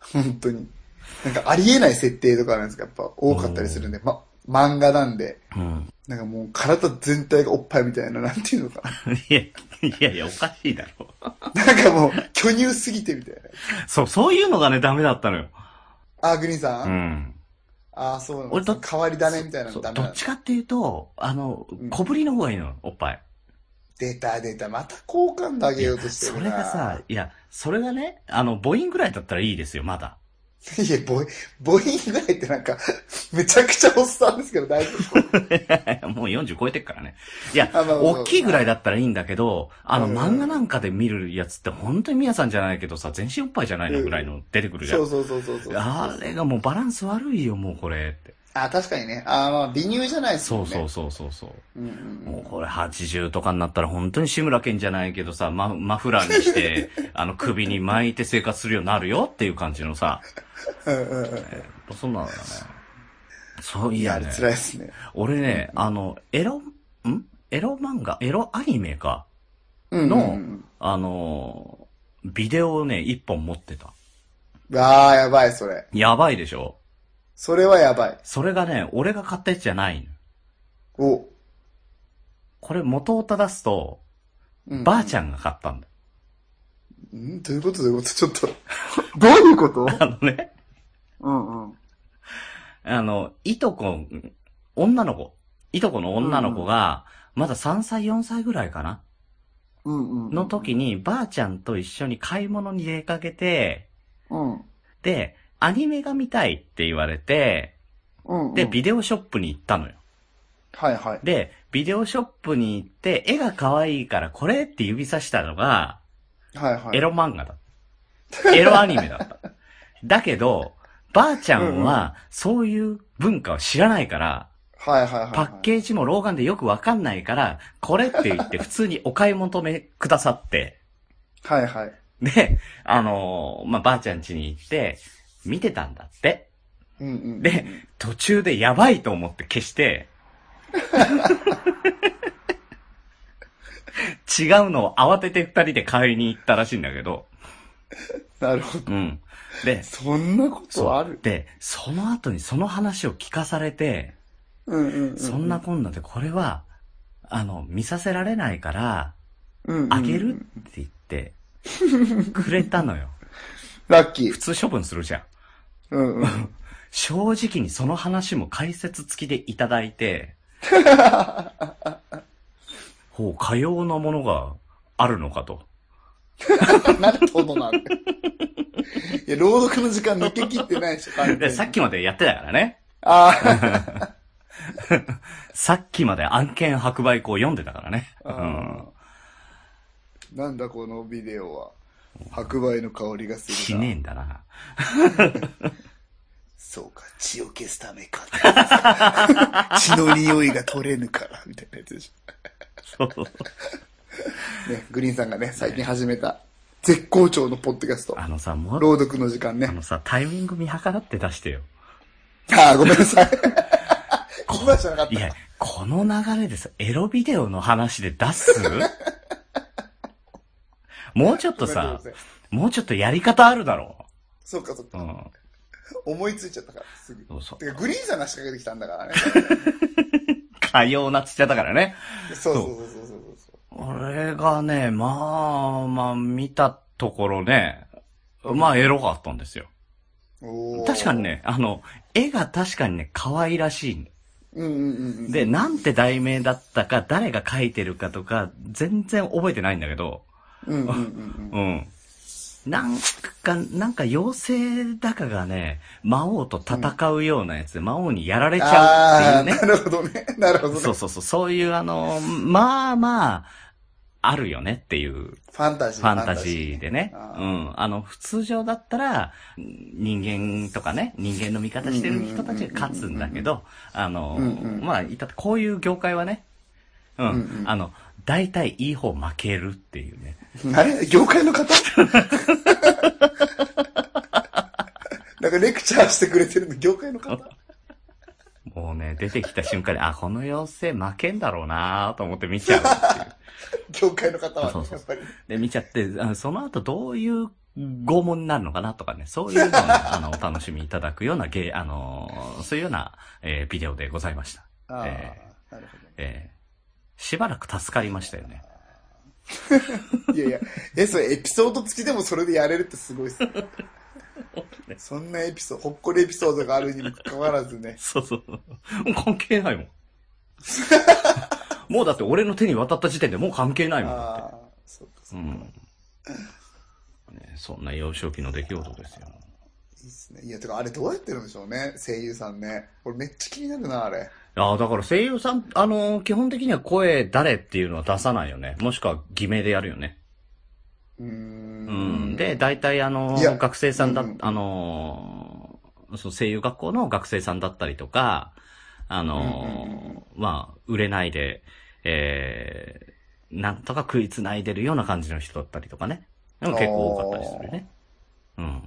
本当に。なんかありえない設定とかなんですかやっぱ多かったりするんで、ま、漫画なんで、うん。 <laughs> なんかもう体全体がおっぱいみたいな、なんていうのかいや、いやいや、おかしいだろ。な。なんかもう巨乳すぎてみたいな。そう、そういうのがね、ダメだったのよ。あー、グリーンさ、うんん。ああ、そうな俺んだど。変わり種みたいなそのうダメどなっのちかっていうと、あのん、小ぶりの方がいいのよ、おっぱい。出た出た。また好感度上げようとしてそるれな。がさ、いや、それがね、あの、母音ぐらいだったらいいですよ、まだ。 <laughs> いや、ボイ、ボインぐらいってなんか、めちゃくちゃおっさんですけど、大丈夫。もう40超えてっからね。いや、あまあまあまあ大きいぐらいだったらいいんだけど、あの、うん漫画なんかで見るやつって本当に皆さんじゃないけどさ、全身おっぱいじゃないのぐらいの出てくるじゃ。そうんそうそうそうそう。あれがもうバランス悪いよ、もうこれって。あ、確かにね。あーまあ、微乳じゃないですそもうんね。そうそうそうそう。うんうん。もうこれ80とかになったら本当に志村けんじゃないけどさ、ママフラーに <laughs> して、あの首に巻いて生活するようになるよっていう感じのさ、うんうんうん。そんなのだね。そういいやや、ね。辛いですね。俺ね、あの、エロ、んエロ漫画、エロアニメか。うんうんのうん。あのー、ビデオをね、一本持ってた。ああ、やばい、それ。やばいでしょそれはやばい。それがね、俺が買ったやつじゃないの。お。これ元を正すと、うばあちゃゃんが買ったんだよ。ん。んどういうことどういうことちょっと。 <laughs> どういうことあのね。うんうん。あの、いとこ、女の子、いとこの女の子が、まだ3歳、4歳ぐらいかなうんうん。の。時に、ばあちゃんと一緒に買い物に出かけて、うん。うんで、アニメが見たいって言われて、うん。で、ビデオショップに行ったのよ。はいはい。で、ビデオショップに行って、絵が可愛いからこれって指さしたのが、はいはい。エロ漫画だった。エロアニメだった。だけど、ばあちゃんは、そういう文化を知らないから、はいはいはいはい。パッケージも老眼でよくわかんないから、これって言って普通にお買い求めくださって、はいはい。で、あのーまあ、ばあちゃん家に行って、見てたんだって。うんうん。で、途中でやばいと思って消して、違うのを慌てて二人で買いに行ったらしいんだけど、なるほど。うん。で、そんなことあるで、その後にその話を聞かされて、うんうんうん。そんなこんなでこれは、あの、見させられないから、うんうんうん、あげるって言 <laughs> って、くれたのよ。ラッキー普。通処分するじゃん。うんうん。正直にその話も解説付きでいただい <laughs> て、ほう、かようなものがあるのかと。なるほ <laughs> どな。いや、朗読の時間抜け切ってないでしょ、完全で、にさっきまでやってたからね。あさっきまで案件白売こう読んでたからね。うあん。ー。なんだこのビデオは。白梅の香りがすしるねえな。んだ <laughs> な。そうか、血を消すためか。血の匂いが取れぬから、みたいなやつでしそうょ。ね、グリーンさんがね、最近始めた、絶好調のポッドキャスト。あのさ、もう、朗読の時間あね。のさ、タイミング見計らって出してよ。ああ、ごめん <laughs> なさい。ここまでじゃなかっいた。や、こ <laughs> の流れでさ、エロビデオの話で出すもうちょっとごめんさご、めんもうちょっとやり方あるだろそうか、そうかう。。うん。思いついちゃったから、すぐ。そうそう。てか、グリーンさんが仕掛けてきたんだからね。かようなっつっちゃったからね。そうそうそうそうそうそう。俺がね、まあ、まあ、見たところね、まあ、エロかったんですよ。おー確かに。ね、あの、絵が確かにね、可愛らしい。うんうんうんうん。で、なんて題名だったか、誰が書いてるかとか、全然覚えてないんだけど、うんうんうんうん。なんか、なんか妖精だかがね、魔王と戦うようなやつで、魔王にやらうれん。ちゃうっていうあーなるほどね。なるほどね。ね。そうそうそう、そういうあの、まあまあ、あるよねっていうファンタジー。ファンタジーでね。あうーん。あの、普通常だったら、人間とかね、人間の味方してる人たちが勝つんだけど、あのうんうん、まあ、いたってこういう業界はね、ううんんう。んあの、大体いい方負けるっていうね。あれ業界の方なんかレクチャーしてくれてるの、業界の方もうね、出てきた瞬間に、あ、この妖精負けんだろうなと思って見ちゃ <laughs> うっていう。業界の方はそうね、そやうっぱり。で、見ちゃって、あその後どういう拷問になるのかなとかね、そういうのをね、あの、お楽しみいただくようなゲー、あの、そういうような、えービデオでございました。ああえー、なるほどねえーしばらく助かりましたよね。いやいや、え、それエピソード付きでもそれでやれるってすごいっすね。そんなエピソード、ほっこりエピソードがあるにもかかわらずね。そうそう。もう関係 <laughs> ないもん。もうだって俺の手に渡った時点でもう関係ないもんだあっあ、そうか、て。そううか。んい。ね、そんな幼少期の出来事ですよ。いっすね。いや、てかあれどうやってるんでしょうね、声優さんね。俺めっちゃ気になるな、あれ。ああ、だから声優さん、あのー基本的には声誰っていうのは出さないよね。もしくは偽名でやるよね。うーんう。ん。で、大体あのいやー学生さんだ、うんうんあのーそう声優学校の学生さんだったりとか、あのーうんうんうんまあ、売れないで、えー、なんとか食いつないでるような感じの人だったりとかね。でも結構多かったりするね。うん。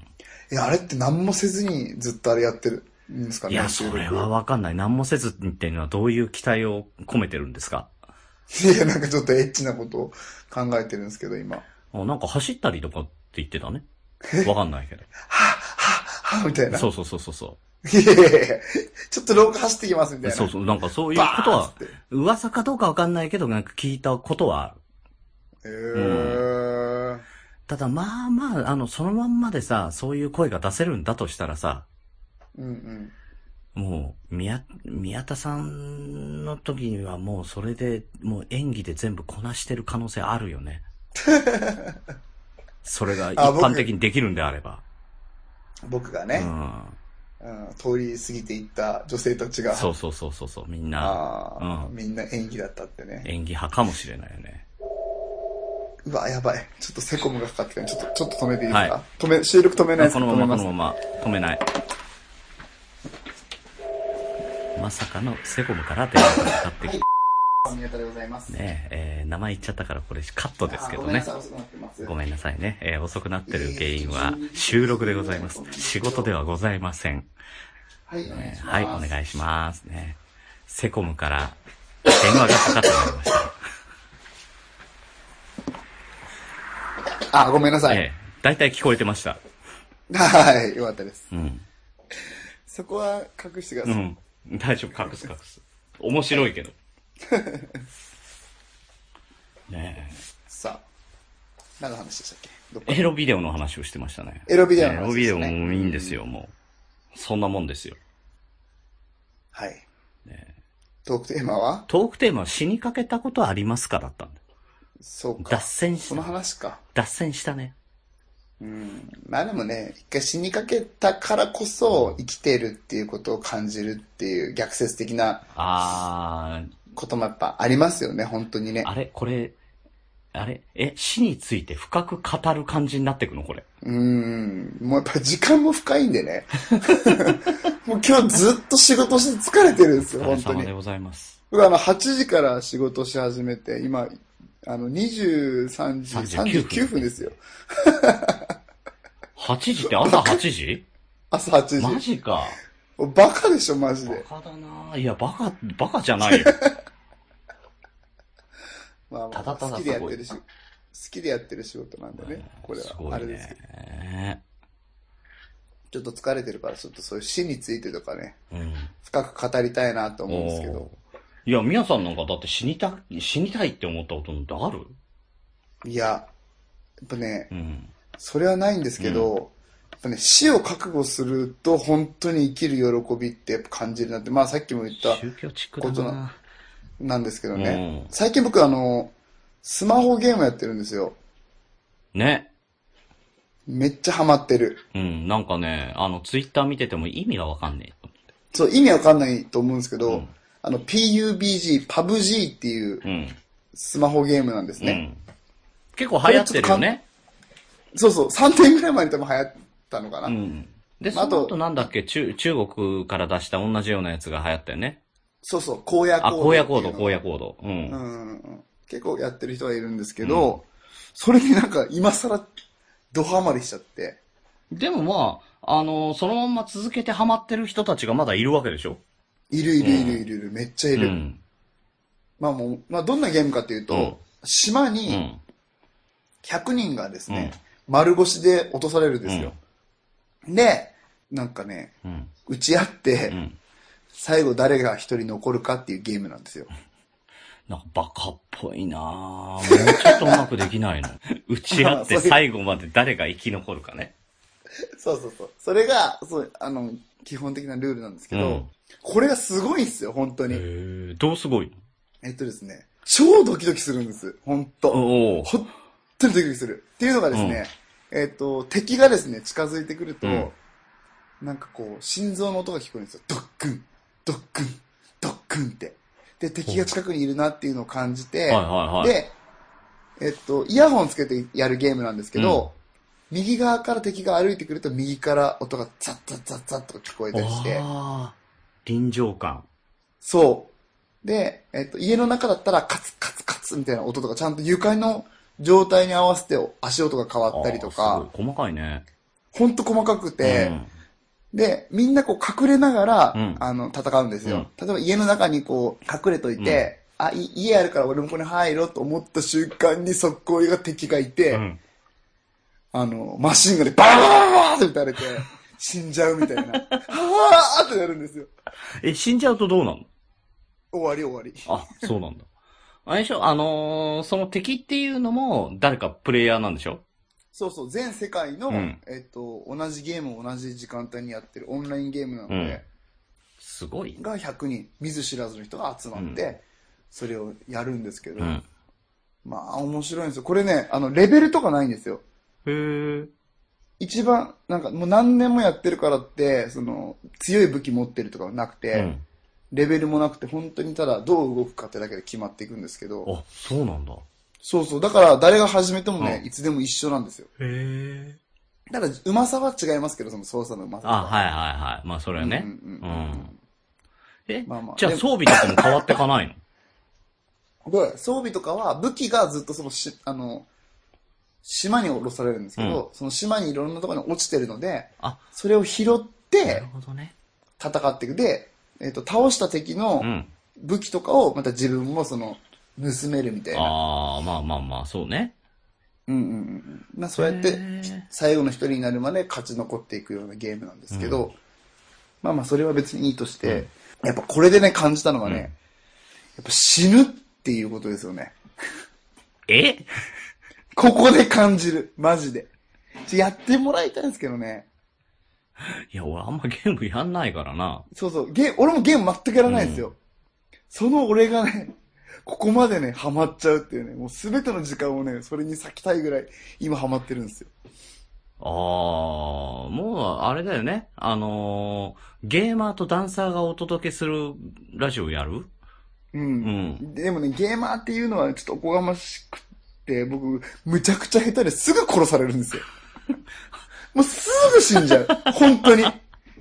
いや、あれって何もせずにずっとあれやってるんですかね。いや、そ収録れはわかんない。何もせずにっていうのはどういう期待を込めてるんですかいや、なんかちょっとエッチなことを考えてるんですけど、今。はあなんか走ったりとかって言ってたね。わかん <laughs> ないけど。ぁ、はぁ、はぁ、みたいな。そうそうそうそうそ。いやいやいやちょっと廊下走ってきます、みたいうな。そうそう。なんかそういうバことーンっはつ、って。噂かどうかわかんないけど、なんか聞いたことはある。へー。ただまあまあ、あの、そのまんまでさ、そういう声が出せるんだとしたらさ、うんうん。もう、宮、宮田さんの時にはもうそれで、もう演技で全部こなしてる可能性あるよね。そ <laughs> れが一般的にできるんであれば。僕がうね、ん。うん、通り過ぎていった女性たちが、そうそうそうそうそう、みんなああ、うんみんな演技だったってね。演技派かもしれないよね。うわ、やばい。ちょっとセコムがかかってきたちょっと、ちょっと止めていいですか、は止め、収録止めないですこかの止めまままこすの。まま止めない。まさかのセコムから電話がかかってきて宮田でございます。ねえ、えー名前言っちゃったからこれカットですけどあごめんなねさ。い、遅くなってます。ごめんなさいね。えー遅くなってる原因は収録でございます。仕事ではございません。はい、お願いねします。はい、お願いします。ね、セコムから電話がかかってまいりました。あ、ごめんなさい。えー、大体聞こえてました。はい、よかったです。うん。そこは隠してくだうさい。ん。大丈夫、隠す隠す。面白いけど。 <laughs> ねさあ、何の話でしたっけどっかえエロビデオの話をしてましたね。エロビデオエのロ話ビでデすオもね。いいんですよ、もう。そんなもんですよ。はい。トークテーマはトークテーマは死にかけたことありますかだったんだ。そうか脱。線しそのた。話か。脱線したね。うん。まあでもね、一回死にかけたからこそ生きてるっていうことを感じるっていう逆説的なあー、こともやっぱありますよね、本当にね。あれこれ、あれえ、死について深く語る感じになってくのこれ。うん。もうやっぱ時間も深いんでね。 <laughs> もう今日ずっと仕事して疲れてるんですおよ、疲れ本当様でに。ございます。僕あの、8時から仕事し始めて、今、あの、23時39 39分ですよ。 8時って朝8時 <laughs> 朝8マ時。ジか。もうバカでしょ、マジで。バカだないや、バカ、バカじゃないよ。まあまあ、ただただ好きでやってるし、す好きでやってる仕事なんでね。 <laughs> これすは、ごあいれですけど。ね。ちょっと疲れてるから、ちょっとそういう死についてとかね、うん。深く語りたいなと思うんですけおーど。いや、みやさんなんかだって死にた、死にたいって思ったことなんてあるいや、やっぱね、うん。それはないんですけど、やっぱね、死を覚悟すると本当に生きる喜びってやっぱ感じるなって、まあさっきも言った宗教チックだな。なんですけどうね。ん。最近僕あの、スマホゲームやってるんですよ。ね。めっちゃハマってる。うん。なんかね、あの、ツイッター見てても意味がわかんねそう、意味わかんないと思うんですけど、うんあの、PUBG、PUBG っていうえ。うん。スマホゲームなんですうね。ん。結構流行ってるよね。そうそう、3年ぐらい前に多分流行ったのかな。うん。で、まあそあとの後なんだっけ、中、中国から出した同じようなやつが流行ったよね。そうそう、荒野行動あ、荒野行動、野。荒野行動。うん。うんうんうん。結構やってる人はいるんですけど、それになんか今更ドハマりしちゃって。でもまあ、あの、そのまんま続けてハマってる人たちがまだいるわけでしょいるいるいるいるいる、めっちゃいうる。ん。まあもう、まあどんなゲームかっていうと、うん島うにん。 100人がですね、丸腰で落とされるんですよ。で、なんかね、うん。打ち合って、うん。最後誰が一人残るかっていうゲームなんですよ。なんかバカっぽいなぁ。もうちょっとうまくでき <laughs> ないの。打ち合って最後まで誰が生き残るかね。そうそうそう。それが、そう、あの、基本的なルールなんですけど、うんこれがすごいんですよ、本当へに。ーどうすごいえっとですね、超ドキドキするんです、本当、のおお。本当にドキドキする。っていうのがですね、えっと、敵がですね、近づいてくると、うんなんかこう、心臓の音が聞こえるんですよ。ドックン、ドックン、ドックンって。で、敵が近くにいるなっていうのを感じて、はいはいはい。で、えっと、イヤホンつけてやるゲームなんですけど、右側から敵が歩いてくると右から音がザッザッザッザッと聞こえたりして、ああ。臨場感。そう。で、えっと、家の中だったらカツカツカツみたいな音とか、ちゃんと床の状態に合わせて足音が変わったりとあーか、すごい細かいね。ほんと細かくて、で、みんなこう隠れながら、うんあの、戦うんですよ。例えば家の中にこう、隠れといて、あ、い家あるから俺もこれ入ろうと思った瞬間に速攻が敵がいて、うん。うん。あの、マシンガンでバーバーバーって撃たれて、死んじゃうみたい <laughs> な。はーってなるんですよ。え、死んじゃうとどうなの終わり終わり。あ、そうなんだ。あれでしょあのーその敵っていうのも誰かプレイヤーなんでしょそうそう、全世界の、うんえっと、同じゲームを同じ時間帯にやってるオンラインゲームなので、すごい。が100人、見ず知らずの人が集まって、うんそれをやるんですけど、うん。まあ面白いんですよ。これね、あの、レベルとかないんですよ。へえ。一番、なんかもう何年もやってるからって、その、強い武器持ってるとかはなくて、うん。レベルもなくて、本当にただどう動くかってだけで決まっていくんですけど、あ、そうなんだ。へそうそう。だから、誰が始めてもね、ういつでも一緒なんですよ。え。ただ、うまさは違いますけど、その操作のうまさとか。あ、はいはいはい。まあ、それはね。うんううんうんうんん。えまあまあじゃあでも装備とかも変わってかないので、装備とかは、武器がずっとそのし、あの、島に降ろされるんですけど、その島にいろんなところに落ちてるので、あ、それを拾っなてるほどね。戦っていく。で、えっ、と、倒した敵うのん。武器とかを、また自分もその、盗めるみたいな。ああ、まあまあまあ、そうね。うんうんうん。まあ、そうやっへて、ー最後の一人になるまで勝ち残っていくようなゲームなんですけど、まあまあそれは別にいいとして、やっぱこれでね感じたのはね、うんやっぱ死ぬっていうことですよね。えここで感じる。マジで。ちょやってもらいたいんですけどね。いや、俺あんまゲームやんないからな。そうそう。ゲー俺もゲーム全くやらないんですよ。その俺がね、 <laughs> ここまでね、ハマっちゃうっていうね、もうすべての時間をね、それに割きたいぐらい、今ハマってるんですよ。ああ、もう、あれだよね。あのーゲーマーとダンサーがお届けするラジオやるうう。んん。でもね、ゲーマーっていうのはちょっとおこがましくって、僕、むちゃくちゃ下手ですぐ殺されるんですよ。もうすぐ死んじゃう。本当に。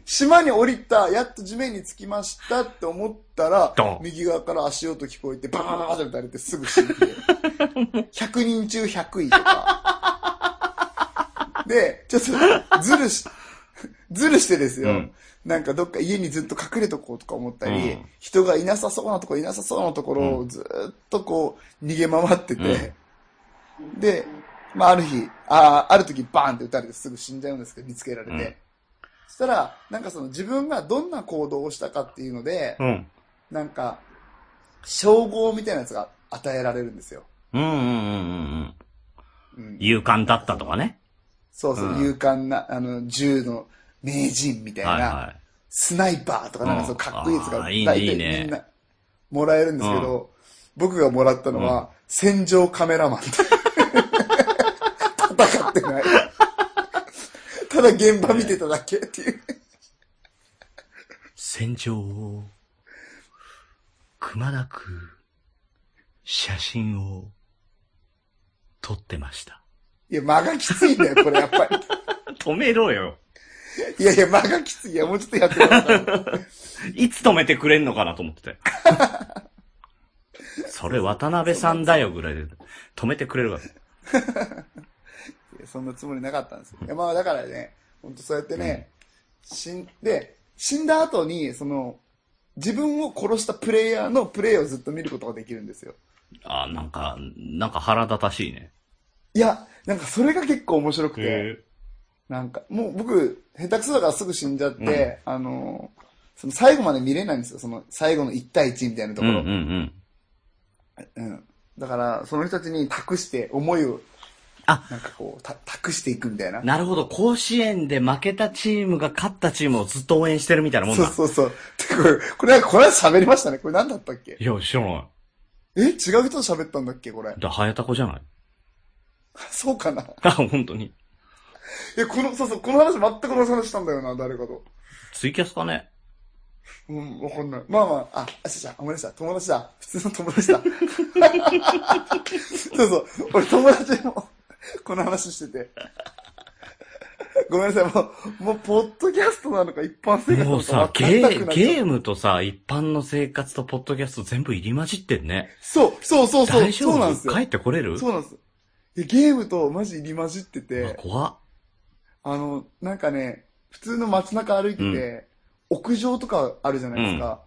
島に降りた、やっと地面につきましたって思ったらドン、右側から足音聞こえて、バーバーバーって打たれてすぐ死んで。100人中100位とか。で、ちょっと、ずるし、ずるしてですよ、うんなんかどっか家にずっと隠れとこうとか思ったり、うん人がいなさそうなとこいなさそうなところをずっとこう逃げ回ってて、で、まあ、ある日、ああ、ある時バーンって撃たれてすぐ死んじゃうんですけど、見つけられて。うんそしたら、なんかその自分がどんな行動をしたかっていうので、うん。なんか、称号みたいなやつが与えられるんですよ。うんうんうんうんうん。うん、勇敢だったとかね。そうそう、うん勇敢な、あの、銃の名人みたいな、はいはスナイパーとかなんかそうのんかっこいいやつがあーい大いねい体いねみんなもらえるんですけど、僕がもらったのは、戦場カメラマンって戦ってない。ただ現場見てただけっていう。い。戦場を、くまなく、写真を、撮ってました。いや、間がきついんだよ、これやっぱり。止めろよ。いやいや、間がきつい。いや、もうちょっとやってもらおうかないつ止めてくれんのかなと思って <laughs> て。それ渡辺さんだよぐらいで止めてくれるわけ。いやそんなつもりなかったんですよ。いや、まあだからね、本当そうやってね、死んで、死んだ後に、その、自分を殺したプレイヤーのプレイをずっと見ることができるんですよ。あ、なんか、なんか腹立たしいね。いや、なんかそれが結構面白くて、へなんか、もう僕、下手くそだからすぐ死んじゃって、あのー、その最後まで見れないんですよ。その最後の1対1みたいなとうこんうろ。んうん。うんだから、その人たちに託して、思いを、あなんかこう、た託していくみたいな。なるほど。甲子園で負けたチームが勝ったチームをずっと応援してるみたいなもんそだ。うそうそう。てこれ、これ、これ喋りましたね。これ何だったっけいや、知らない。え違う人と喋ったんだっけこれ。だ、はやたこじゃない <laughs> そうかな。あ、本当に。え、この、そうそう、この話全く同じ話したんだよな、誰かと。ツイキャスかねうん、わかんない。まあまあ、あ、あ、じゃあ、思い出した。友達だ。普通の <laughs> 友達だ。そうそう。俺友達も、この話してて。ごめんなさい、もう、もう、ポッドキャストなのか、一般生活なものうかさ、分かんゲなくー、なっちゃったゲームとさ、一般の生活とポッドキャスト全部入り混じってんね。そう、そうそうそう、大丈そうなんです夫よ帰。ってこれるそうなんです。いやゲームとマジ入り混じってあて、怖っ。あの、なんかね、普通の街中歩いてて、屋上とかあるじゃないですか。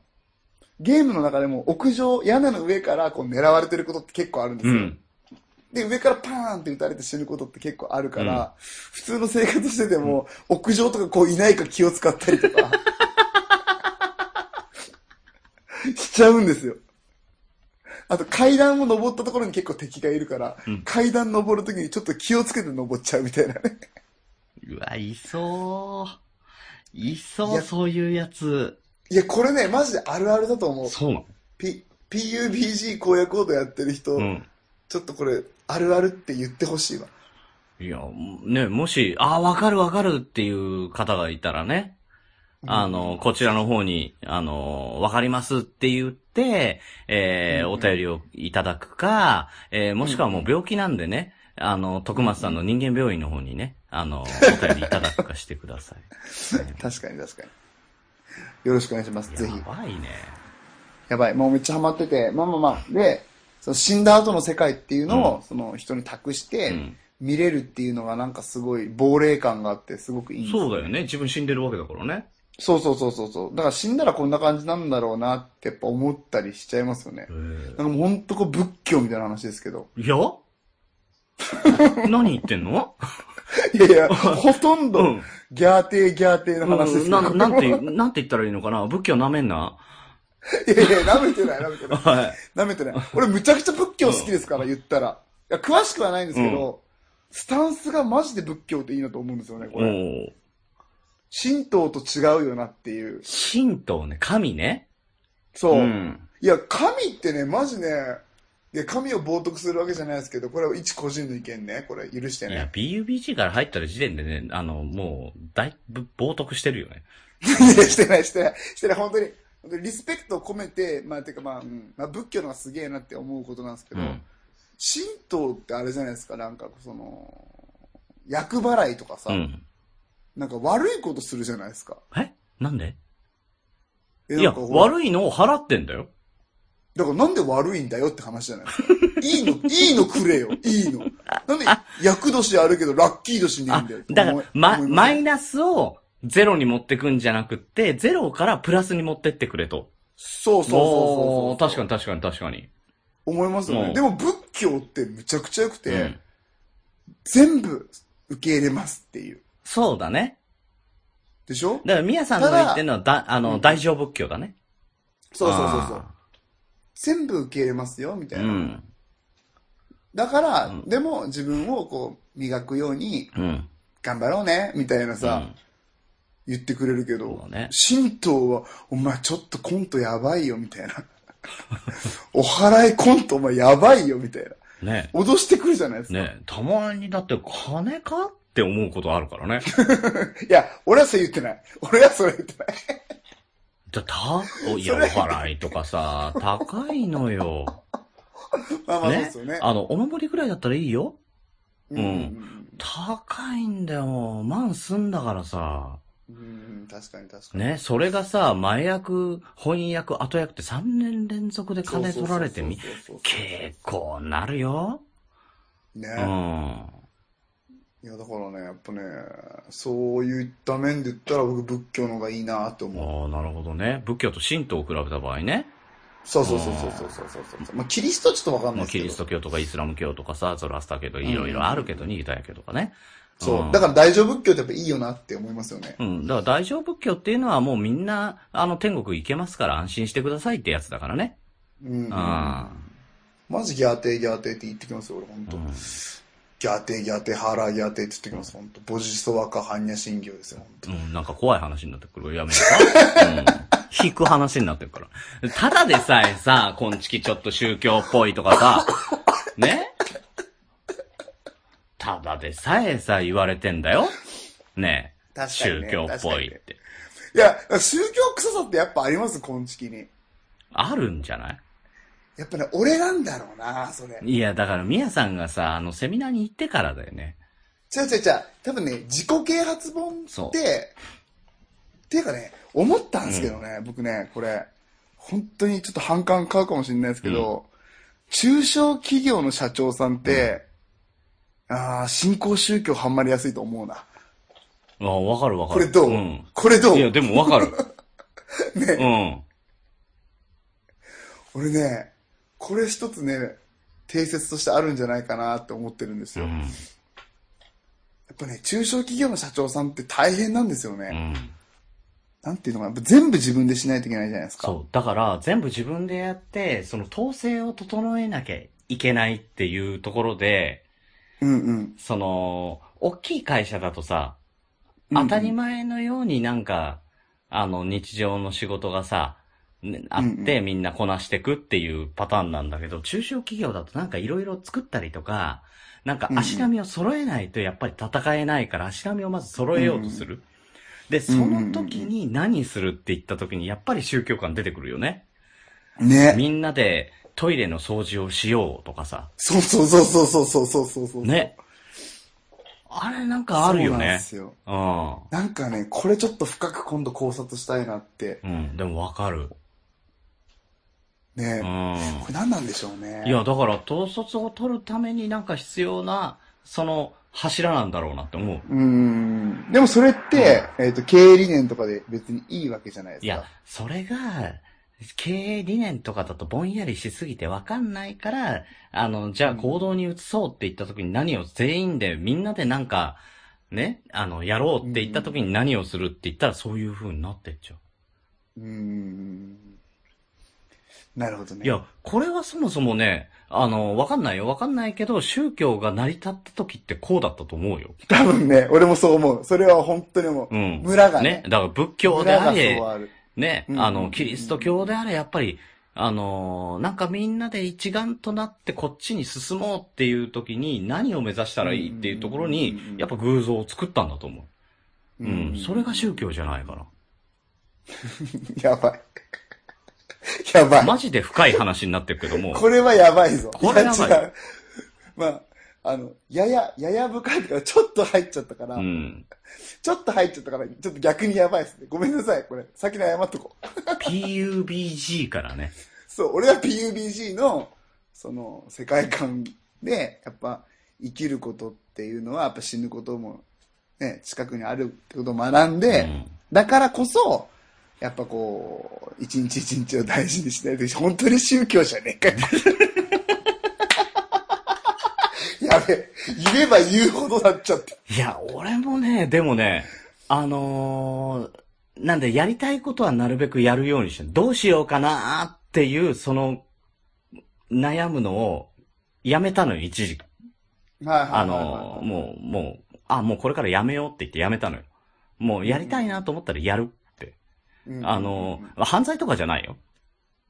ゲームの中でも屋上、屋根の上からこう狙われてることって結構あるんですうよ。ん。で、上からパーンって撃たれて死ぬことって結構あるから、普通の生活してても、屋上とかこういないか気を使ったり <laughs> とか、しちゃうんですよ。あと階段を登ったところに結構敵がいるから、うん階段登るときにちょっと気をつけて登っちゃうみたいなね。うわ、いそう。いいそう、やそういうやつ。いや、これね、マジであるあるだと思う。そうなの P、PUBG 公約コードやってる人、うん。ちょっとこれ、あるあるって言ってほしいわ。いや、ね、もし、あ、わかるわかるっていう方がいたらね、あの、こちらの方に、あの、わかりますって言って、えーうんうおん便りをいただくか、えーもしくはもう病気なんでね、あの、徳松さんの人間病院の方にね、あ <laughs> の、お便りいただくかしてください。確かに確かに。よろしくお願いします。ぜやひ。ばいね。やばい。もうめっちゃハマってて。まあまあまあ。で、その死んだ後の世界っていうのを、その人に託しうて、ん。見れるっていうのがなんかすごい亡霊感があって、すごくいいんですそうだよね。自分死んでるわけだからね。そうそうそうそうそう。だから死んだらこんな感じなんだろうなってやっぱ思ったりしちゃいますよね。なんかもうほんとこう仏教みたいな話ですけど。いや何言ってんのいやい <laughs> や、ほとんうどん。ギャーテーギャーテーの話ですうけんど。ななんて、なんて言ったらいいのかな仏教舐めんな。い <laughs> やいや、舐めてない、舐めてない。はい。<laughs> 舐めてない。俺むちゃくちゃ仏教好きですから、言ったら。いや、詳しくはないんですけど、スタンスがマジで仏教っていいなと思うんですよね、こおれ。ー神道と違うよなっていう。神道ね、神ね。そう。ん。いや、神ってね、マジね、いや、神を冒涜するわけじゃないですけど、これは一個人の意見ね、これ許していやね。、 BUBG から入った時点でね、あの、もう、だいぶ冒涜してるよね。 <laughs> いや、してない、してない、してない、本当に。本当にリスペクトを込めて、まあ、てかまあ、うんまあ、仏教の方がすげえなって思うことなんですけうど、ん。神道ってあれじゃないですか、なんかその、厄払いとかさ、うん。なんか悪いことするじゃないですか。えなんでえいや、なんかほら悪いのを払ってんだよ。だからなんで悪いんだよって話じゃないですか。いいの、いいのくれよ、いいの。なんで、厄年あるけど、ラッキー年にいいあんだよって、思だい。から、ま、思いマすイナスをゼロに持ってくんじゃなくって、ゼロからプラスに持ってってくれと。そうそうおそうそうー確かに。に確かに確かに。思いますようんね。でも仏教ってむちゃくちゃ良くて、うん全部受け入れますっていう。そうだね。でしょだから、宮さんの言ってるのは、だ、あの、うん大乗仏教だね。そうそうそうそう。全部受け入れますよ、みたあーいうな。ん。だから、うんでも自分をこう、磨くように、うん。頑張ろうね、みたいなさ、言ってくれるけうん、どそう、だね。神道は、お前ちょっとコントやばいよ、みたいな。 <laughs> お祓いコントお前やばいよ、みたいな。ね脅してくるじゃないですか。ねたまにだって金かって思うことあるからね。 <laughs> いや、俺はそれ言ってない。俺はそれ言ってない。 <laughs> だ、た、おいや、そおれ払いとかさ、高いのよ。まあまあそうねですよね。あの、お登りぐらいだったらいいよ。うん高いんだよ。万すんだからさ。うん、うん確かに確かに。ね、それがさ、前役、翻訳、後役って3年連続で金取られてみ、そうそうそうそう結構なるよ。ね、うん。あいやだからね、やっぱね、そういった面で言ったら僕仏教の方がいいなと思う。あ、なるほどね。仏教と神道を比べた場合ね。そうそうそうそうそうそうそうそう。まあキリストはちょっとわかんなまいあ、ですキけど。リスト教とかイスラム教とかさ、ゾロアスター教とかいろいろあるけどね、ユダヤ教とかね。そうう。んだから大乗仏教ってやっぱいいよなって思いますよね。うん。だから大乗仏教っていうのはもうみんな、あの、天国行けますから安心してくださいってやつだからね。うん。あマジギャーテーギャーテーって言ってきますよ、俺ほんうと。ん。ギャーテーギャーテー、ハーラーギャーテーって言ってきます、ほんと。ボジソワカ般若心経ですよ、ほんと。うん、なんか怖い話になってくる。やめよう <laughs> か。うん。引く話になってるから。ただでさえさ、こんちきちょっと宗教っぽいとかさ、ねただでさえさ、言われてんだよ。ねえ。確かに宗ね教っぽいって。いや、宗教臭さってやっぱあります、こんちきに。あるんじゃないやっぱね、俺なんだろうな、それ。いや、だから、みやさんがさ、あの、セミナーに行ってからだよね。ちゃうちゃうちゃう、多分ね、自己啓発本そうって、っていうかね、思ったんですけどね、僕ね、これ、本当にちょっと反感買うかもしれないですけど、中小企業の社長さんって、ああ、新興宗教はんまりやすいと思うな。あわかるわかこれる。どう、うん。これどういや、でもわかる。ねうん。俺ね、これ一つね、定説としてあるんじゃないかなって思ってるんですうよ。やん。っぱね、中小企業の社長さんって大変なんですよね。うん。なんていうのかな、やっぱ全部自分でしないといけないじゃないですか。そう。だから、全部自分でやって、その統制を整えなきゃいけないっていうところで、うんうん。その、大きい会社だとさ、うんうん当たり前のようになんか、あの、日常の仕事がさ、ねあってみんなこなしてくっていうパターンなんだけど、中小企業だとなんかいろいろ作ったりとか、なんか足並みを揃えないとやっぱり戦えないから足並みをまず揃えようとする。で、その時に何するって言った時にやっぱり宗教観出てくるよね。ね。みんなでトイレの掃除をしようとかさ。そうそうそうそうそうそうそうそうそう。。ね。あれなんかあるよそうなんねで。すよ。うん。なんかね、これちょっと深く今度考察したいなって。うん。でもわかる。ねう。ん。これ何なんでしょうね。いや、だから統率を取るためになんか必要な、その柱なんだろうなって思う。うーん。でもそれって、えっ、と、経営理念とかで別にいいわけじゃないですか。いや、それが、経営理念とかだとぼんやりしすぎてわかんないから、あの、じゃあ行動に移そうって言った時に何を全員でみんなでなんか、ね、あの、やろうって言った時に何をするって言ったらそういう風になってっちゃう。うーん。なるほどね。いや、これはそもそもね、あの、わかんないよ。わかんないけど、宗教が成り立った時ってこうだったと思うよ。多分ね、俺もそう思う。それは本当にもう、うん。村がねね。。だから仏教であ村がれそう、ある。ね、うんあの、キリスト教であれ、やっぱり、あの、なんかみんなで一丸となってこっちに進もうっていう時に何を目指したらいいっていうところにうん、やっぱ偶像を作ったんだと思う。うん。それが宗教じゃないかやばい。やばら。い。マジで深い話になってるけども。これはやばいぞ。これやばいや違うまあ、あの、やや、やや深いから、ちょっと入っちゃったから、 <laughs> うん。ちょっと入っちゃったから、ちょっと逆にやばいですね。ごめんなさい、これ。先に謝っとこう。 PUBG からね。そう、俺は PUBG の、その、世界観で、やっぱ、生きることっていうのは、やっぱ死ぬことも、ね、近くにあるってことを学んで、うんだからこそ、やっぱこう、一日一日を大事にし <laughs> ないと、本当に宗教じゃねえか。やれ。言えば言うほどなっちゃって。いや、俺もね、でもね、あのーなんでやりたいことはなるべくやるようにしてるどうしようかなーっていう、その、悩むのをやめたのよ、一時期。はいはいはい、はい。あのーもう、もう、あ、もうこれからやめようって言ってやめたのよ。もうやりたいなと思ったらやるって。うんあのー犯罪とかじゃないよ。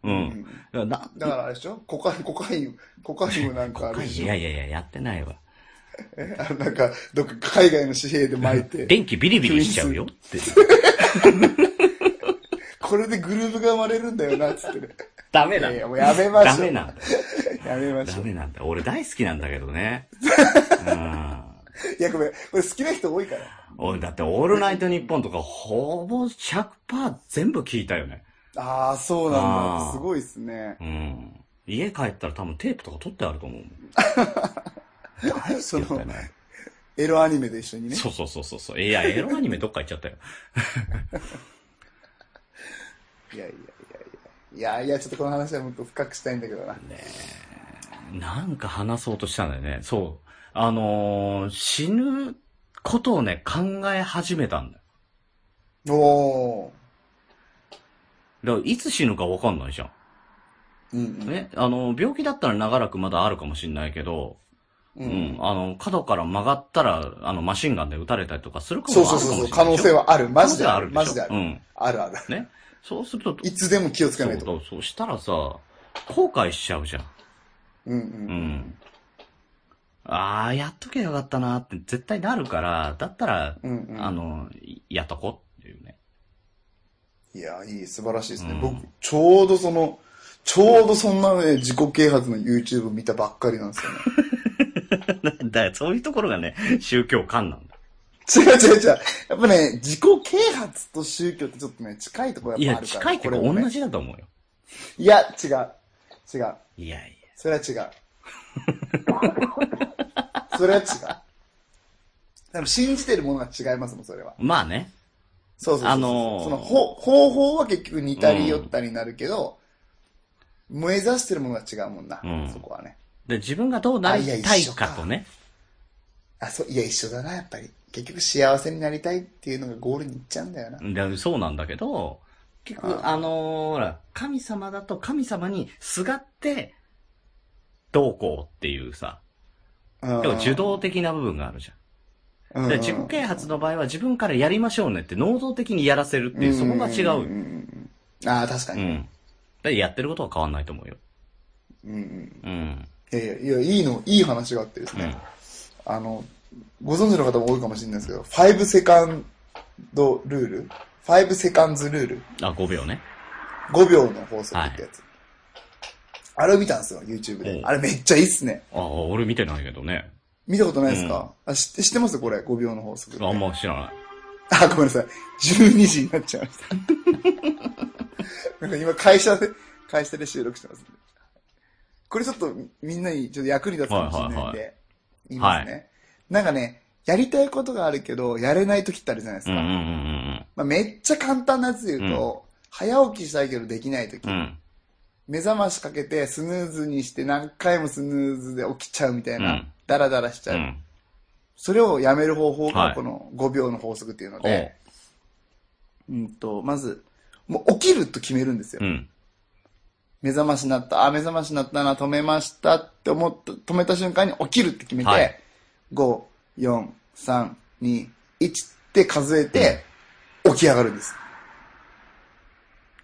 う。うんんなだからあれでしょコカイン、コカイン、コカインもなんかあるでしいょやいやいや、やってないわ。あのなんか、どっか海外の紙幣で巻いて、電気ビリビリしちゃう <laughs> よって。これでグルーヴが生まれるんだよな、つってね。ダメいなやんいだや、。もうやめまダしょう。メなんだ。やめましダょう。メなんだ。俺大好きなんだけどね。うん。いや、ごめん。これ好きな人多いから。俺、だって、オールナイトニッポンとか、ほぼ100%全部聞いたよね。ああ、そうなんあーだ。すごいっすね。うん。家帰ったら多分テープとか取ってあると思うもん。大好きだったよね。エロアニメと一緒にね。そうそうそうそうそう。いや、エロアニメどっか行っちゃったよ。いやいやいやいや。いやいや、ちょっとこの話はもっと深くしたいんだけどな。なんか話そうとしたんだよね。そう。あのー死ぬことをね、考え始めたんだよ。おー。だから、いつ死ぬかわかんないじゃん。うんうん。ね、あの、病気だったら長らくまだあるかもしれないけど、ううんん、。あの、角から曲がったら、あの、マシンガンで撃たれたりとかするかもそうそうそうそう。可能性はある。マジである。可能マ性ジではああるでしょる。あるある。うん。ね。そうすると、いつでも気をつけないと。そうそう、したらさ、後悔しちゃうじゃん。うんうう。んん。ああ、やっとけばよかったなって絶対なるから、だったら、うんうん。あの、いやっとこうっていうね。 <laughs> いや、いい、素晴らしいですね。うん僕、ちょうどその、ちょうどそんなね、自己啓発の YouTube 見たばっかりなんですよね。だからそういうところがね、宗教観なんだ。違う違う違う。やっぱね、自己啓発と宗教ってちょっとね、近いところいやっや、ぱあるから。近いってかこれもね同じだと思うよ。いや、違う。違う。いやいや。それは違う。それは違う。多分信じてるものが違いますもん、それは。まあね。そうそうそうそうあのーその方方法は結局似たり寄ったりになるけど、目指してるものが違うもんな、うんそこはね。で、自分がどうなりたいかとね。あ、そう、いや、一緒だな、やっぱり。結局幸せになりたいっていうのがゴールに行っちゃうんだよな。でそうなんだけど、結あ局、ああのーほら、神様だと神様にすがって、どうこうっていうさ、うんでも受動的な部分があるじうゃんん。で、自己啓発の場合は自分からやりましょうねって能動的にやらせるっていう、そこが違うよ。んうんああ、確かうに。ん。で、やってることは変わんないと思うよ。うんうんうん。いやいや、いやいいの、いい話があってでうすね。ん。あの、ご存知の方も多いかもしれないですけど、5セカンドルール ?5 セカンズルールあ、5秒ね。 ?5 秒の法則ってやつ。あれを見たんですよ、YouTube おでう。あれめっちゃいいっすね。ああ、俺見てないけどね。見たことないですか、あ知って、知ってますこれ、5秒の法則って。あんま知らない。あ、ごめんなさい。12時になっちゃいました。なんか今会社で、会社で収録してますんで。これちょっとみんなにちょっと役に立つかもしれないんはいはいで、言いますね、なんかね、やりたいことがあるけど、やれない時ってあるじゃないですうんか。うんうんまあ、めっちゃ簡単なやつで言うと、早起きしたいけどできない時、うん。うん。目覚ましかけてスヌーズにして何回もスヌーズで起きちゃうみたいな、うんダラダラしちうゃう。ん。それをやめる方法はがいこの5秒の法則っていうのおで、う。うんと、まず、もう起きると決めるんですよ。うん。目覚ましになった、あ、目覚ましになったな、止めましたって思った、止めた瞬間に起きるって決めて、はい5、4、3、2、1って数えて、起き上がるんです。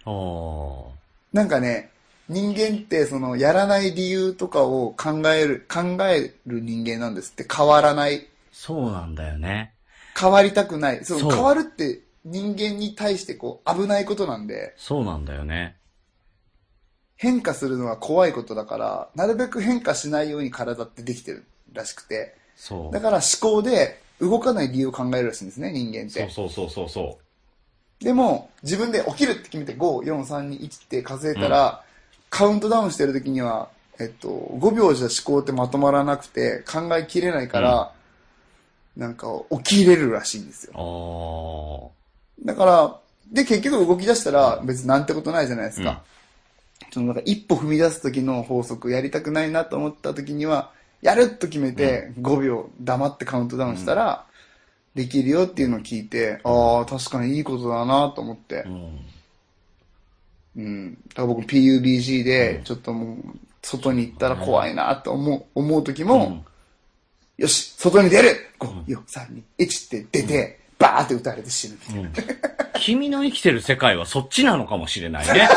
おー。なんかね、人間ってその、やらない理由とかを考える、考える人間なんですって、変わらない、そうなんだよね。変わりたくない。そそうの変わるって人間に対してこう、危ないことなんで、そうなんだよね。変化するのは怖いことだから、なるべく変化しないように体ってできてるらしくて、そだう。から思考で動かない理由を考えるらしいんですね、人間っそうて。そうそうそうそでも、自分で起きるって決めて、5、4、3、2、1って数えたら、カウントダウンしてる時には、えっと、5秒じゃ思考ってまとまらなくて、考えきれないから、なんか起きれるらしいんですよう。。あだから、で、結局動き出したら別になんてことないじゃないですか。そのなんか一歩踏み出す時の法則、やりたくないなと思った時には、やるっと決めて、5秒黙ってカウントダウンしたら、できるよっていうのを聞いて、ああ、確かにいいことだなと思ってう。ん。うん。だから僕 PUBG で、ちょっともう、外に行ったら怖いなと思う、思う時も、よし、外に出る !5、4、3、2、1って出て、バーって撃たれて死ぬみたいな。う <laughs> ん君の生きてる世界はそっちなのかもしれない <laughs> ね。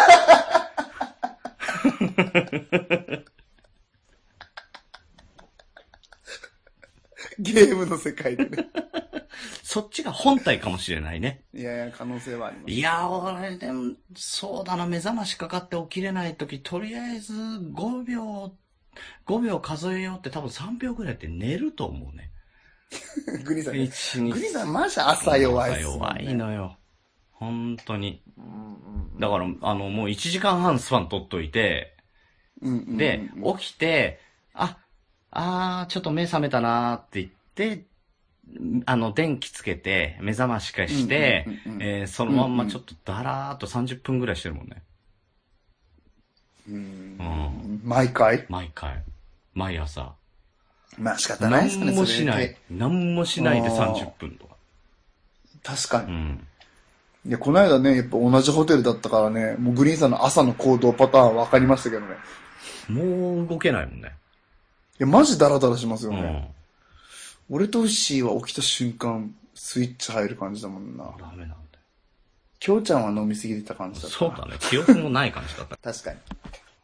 ゲームの世界で <laughs> ね。そっちが本体かもしれないね。いやいや、可能性はあります。いやー、俺でも、そうだな、目覚ましかかって起きれないとき、とりあえず5秒、5秒数えようって多分3秒ぐらいって寝ると思うね。グリーンさんね、 1、2グリーンさんマジ朝弱いっすもんね朝弱いのよ。本当に。うんだから、あの、もう1時間半スパン取っといて、うんうんうんで、起きて、あ、あー、ちょっと目覚めたなーって言って、あの、電気つけて、目覚ましかして、うんうんうんうんえーそのまんまちょっとだらーっと30分ぐらいしてるもんね。うんうん毎回毎回。毎朝。まあ仕方ないですね、何もしなそれいで。何もしないであー30分とか。確かうに。ん。いや、この間ね、やっぱ同じホテルだったからね、もうグリーンさんの朝の行動パターン分かりましたけどね。もう動けないもんね。いや、マジダラダラしますうよね。ん。俺とウッシーは起きた瞬間、スイッチ入る感じだもんな。ダメなんだよ。きょうちゃんは飲みすぎてた感じだったそうな。だね。記憶もない感じだ <laughs> った。確かに。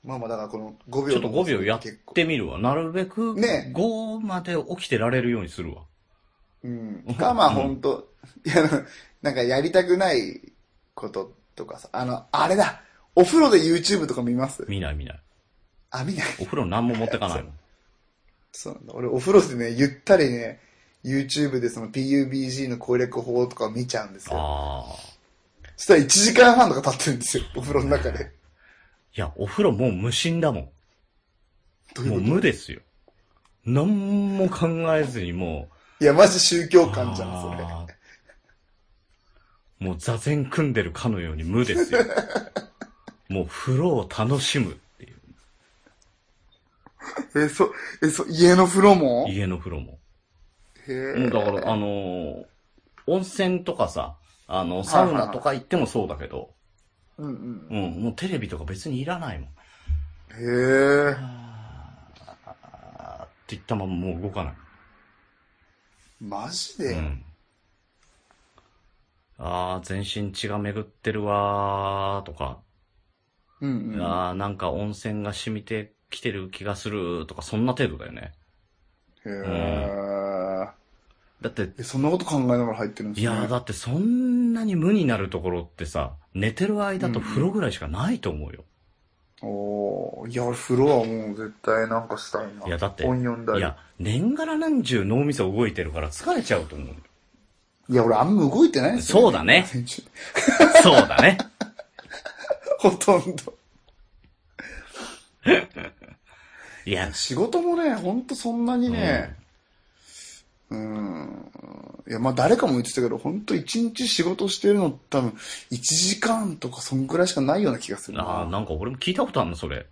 まあまあ、だからこの5秒ちょっと5秒やっ結構てみるわ。なるべくね5まで起きてられるようにするわ。うん。か、まあ、ほんと、いや、なんかやりたくないこととかさ、あの、あれだ、お風呂で YouTube とか見ます見ない見ない。あ、見ない。お風呂何も持ってかないもん。そうなんだ。俺、お風呂でね、ゆったりね、YouTube でその PUBG の攻略法とかを見ちゃうんですよ。ああ。そしたら1時間半とか経ってるんですよ、お風呂の中で。いや、お風呂もう無心だもどん。もうういうこ無ですよ。何も考えずにもう。といや、マジ宗教感じゃん、それ。あーもう座禅組んでるかのように無ですよ。 <laughs> もう風呂を楽しむっていう。え、そ、え、そ、家の風呂もへ家の風呂も。えうんだから、あのー温泉とかさ、あの、サウナとか行ってもそうだけど、うんううん。ん、もうテレビとか別にいらないもん。へえ。あーって言ったままもう動かない。マジうで、ん。ああ、全身血が巡ってるわーとか、うんうん。ああ、なんか温泉が染みてきてる気がするとか、そんな程度だよね。へえ。だって、え、そんなこと考えながら入ってるんですいね。やーだってそんなに無になるところってさ、寝てる間と風呂ぐらいしかないと思うよ。おーいや、俺風呂はもう絶対なんかしたいな。いやだって本読んだり。いいやや、、年がら何十脳みそ動いてるから疲れちゃうと思うよ。俺あんま動いてないですそうだね。全然そうだね。 <laughs> ほとんど。いや、仕事もね、ほんとそんなにね、うん、ん。いや、まあ誰かも言ってたけど、ほんと一日仕事してるの多分、1時間とかそんくらいしかないような気がするああ、なんか俺も聞いたことあるの、それ。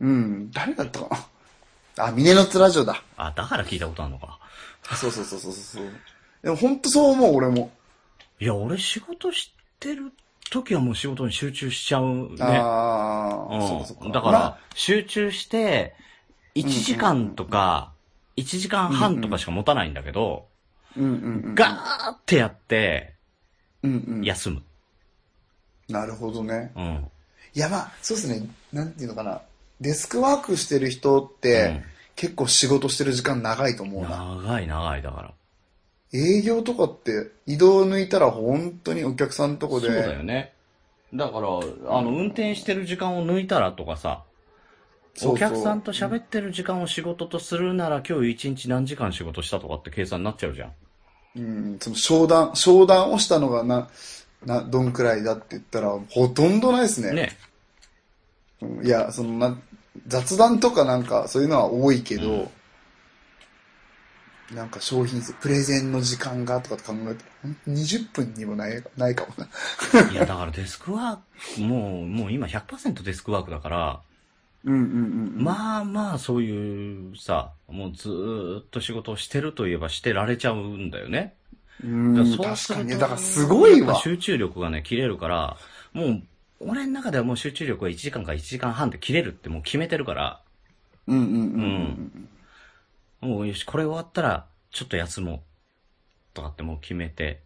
うん。誰だったかな。あ、峰の津ラジオだ。あ、だから聞いたことあるのか。そうそうそうそうそう。でもほんとそう思う、俺も。いや、俺仕事してる時はもう仕事に集中しちゃうね。あうあ、んそうかそうだかまあら、集中して、1時間とか、1時間半とかしか持たないんだけど、うんうんうん。ガーってやって、うんうん。休む。なるほどね。うん。いや、まあ、そうですね。なんていうのかな。デスクワークしてる人って、うん結構仕事してる時間長いと思うな。長い長いだから。営業とかって、移動抜いたら本当にお客さんのとこで。そうだよね。だから、あの、運転してる時間を抜いたらとかさ、そうそうお客さんと喋ってる時間を仕事とするなら今日一日何時間仕事したとかって計算になっちゃうじゃん。うん、その商談、商談をしたのがな、な、どんくらいだって言ったら、ほとんどないですね。ね。うんいや、そのな、雑談とかなんか、そういうのは多いけど、なんか商品数、プレゼンの時間がとかって考えたら、ほんと20分にもない、ないかもな。いや、だからデスクワーク、もう、もう今100%デスクワークだから、うんうんうんうん。まあまあ、そういうさ、もうずーっと仕事をしてるといえばしてられちゃうんだよね。うん、だらそう確すかるとにね。だからすごいやっわぱ。集中力がね、切れるから、もう、俺の中ではもう集中力は1時間か1時間半で切れるってもう決めてるから、うんうんうんもうよし、これ終わったら、ちょっと休もう。とかってもう決めて、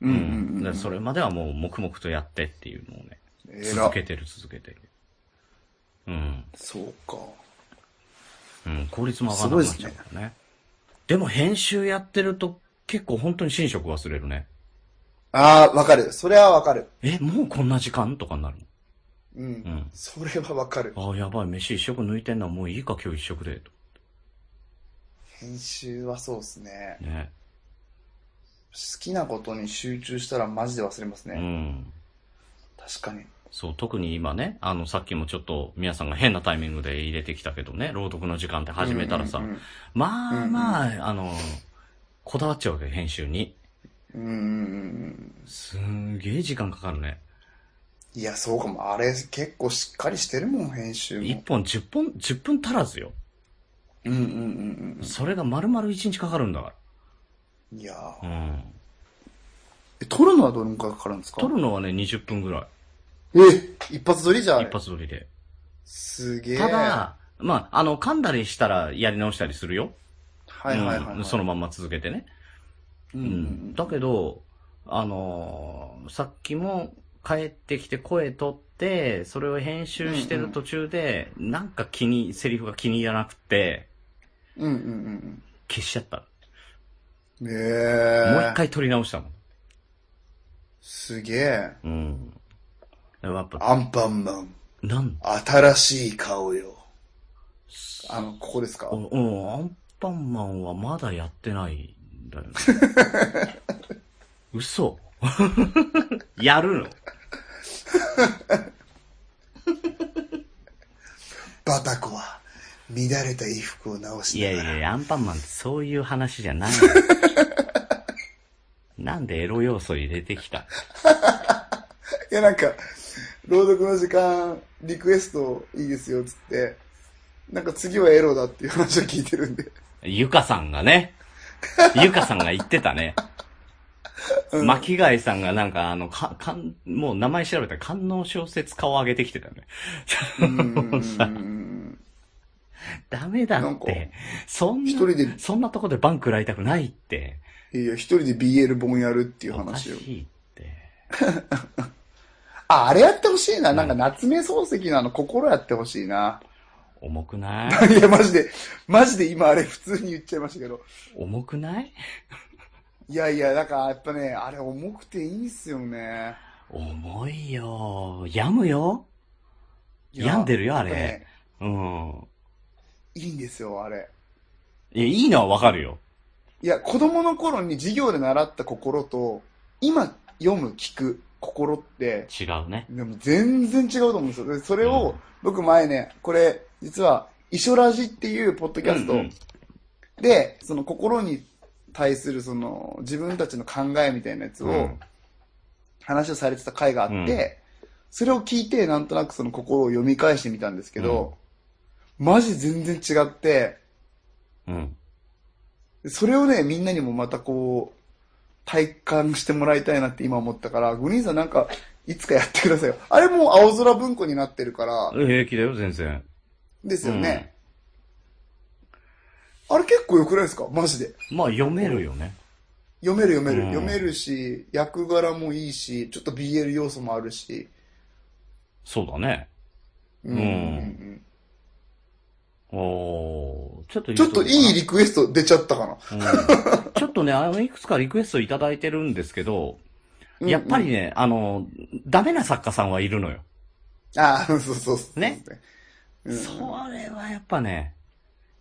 うん。うんうんうん。だからそれまではもう黙々とやってっていうのをね、えら続けてる続けてる。うん。そうか。うん、効率も上がらなくなっちゃうからね。でも編集やってると結構本当に寝食忘れるね。ああ、わかる。それはわかる。え、もうこんな時間とかになるう。の。うんん。それはわかる。ああ、やばい、飯一食抜いてんな、もういいか今日一食で。と編集はそうですね。ね。好きなことに集中したらマジで忘れますうね。ん。確かに。そう、特に今ね、あの、さっきもちょっと、皆さんが変なタイミングで入れてきたけどね、朗読の時間って始めたらさ、うんうんまあうんまあ、あの、こだわっちゃうわけ、編集に。うん。うんうんうんすんげえ時間かかるね。いや、そうかも。あれ、結構しっかりしてるもん、編集1も。本10本、10分足らずよ。うんうんうんそれが丸々1日かかるんだかうん。いやら。ーうん。え、撮るのはどれくらいかかるんですか撮るのはね、20分ぐらい。え一発撮りじゃんあれ一発撮りで。すげえ。ただ、まあ、あの、噛んだりしたらやり直したりするよ。はいはいはいはうんい。そのまんま続けてね。うんううんん。だけど、あのーさっきも帰ってきて声取って、それを編集してる途中で、なんか気に、セリフが気に入らなくて、うん。うんうん消しちゃった。うん。ねもうえ一。回撮り直したもん。すげえ。うん。でもやっぱ、アンパンマン、なん新しい顔よ。あの、ここですかおうん、アンパンマンはまだやってないん <laughs> だよね。嘘やるのバタコは、乱れた衣服を直しいなやがいら。やいや、アンパンマンってそういう話じゃない。なんでエロ要素入れてきたいや、なんか、朗読の時間、リクエストいいですよ、つって。なんか次はエロだっていう話を聞いてるんで。ゆかさんがね、ゆかさんが言ってたね。巻貝さんがなんかあの、か、かん、もう名前調べたら観音小説顔上げてきてたね。うんうんうんダメだなんっかて。そんな、一人でそんなとこでバン食らいたくないって。うん。いや、一人で BL 本やるっていうおか話を。しいって。あ、あれやってほしいな。なんか夏目漱石のあの、心やってほしいな。重くない <laughs> いや、マジで、マジで今あれ普通に言っちゃいましたけど。重くないいやいや、だからやっぱね、あれ重くていいんすよね。重いよ。病むよ。いや病んでるよ、あれ。やっぱねうん。いいんですよ、あれ。いや、いいのはわかるよ。いや、子供の頃に授業で習った心と、今読む、聞く心って、違うね。でも全然違うと思うんですよ。でそれうをん、僕前ね、これ、実は、イショラジっていうポッドキャストうんうんで、その心に対するその自分たちの考えみたいなやつを、うん話をされてた回があって、それを聞いて、なんとなくその心を読み返してみたんですけど、マジ全然違って、うん。それをね、みんなにもまたこう、体感してもらいたいなって今思ったから、グリーンさんなんか、いつかやってくださいよ。あれもう青空文庫になってるから、平気だよ、全然。ですよね。あれ結構良くないですかマジで。まあ、読めるよね。読める読める。うん読めるし、役柄もいいし、ちょっと BL 要素もあるし。そうだね。うんうんうんうんおーちょっとちょっといいリ、リクエスト出ちゃったかな。うん <laughs> ちょっとね、あの、いくつかリクエストいただいてるんですけど、うんやっぱりね、あの、ダメな作家さんはいるのよ。ああ、そうそうそうそう。ねうん。それはやっぱね、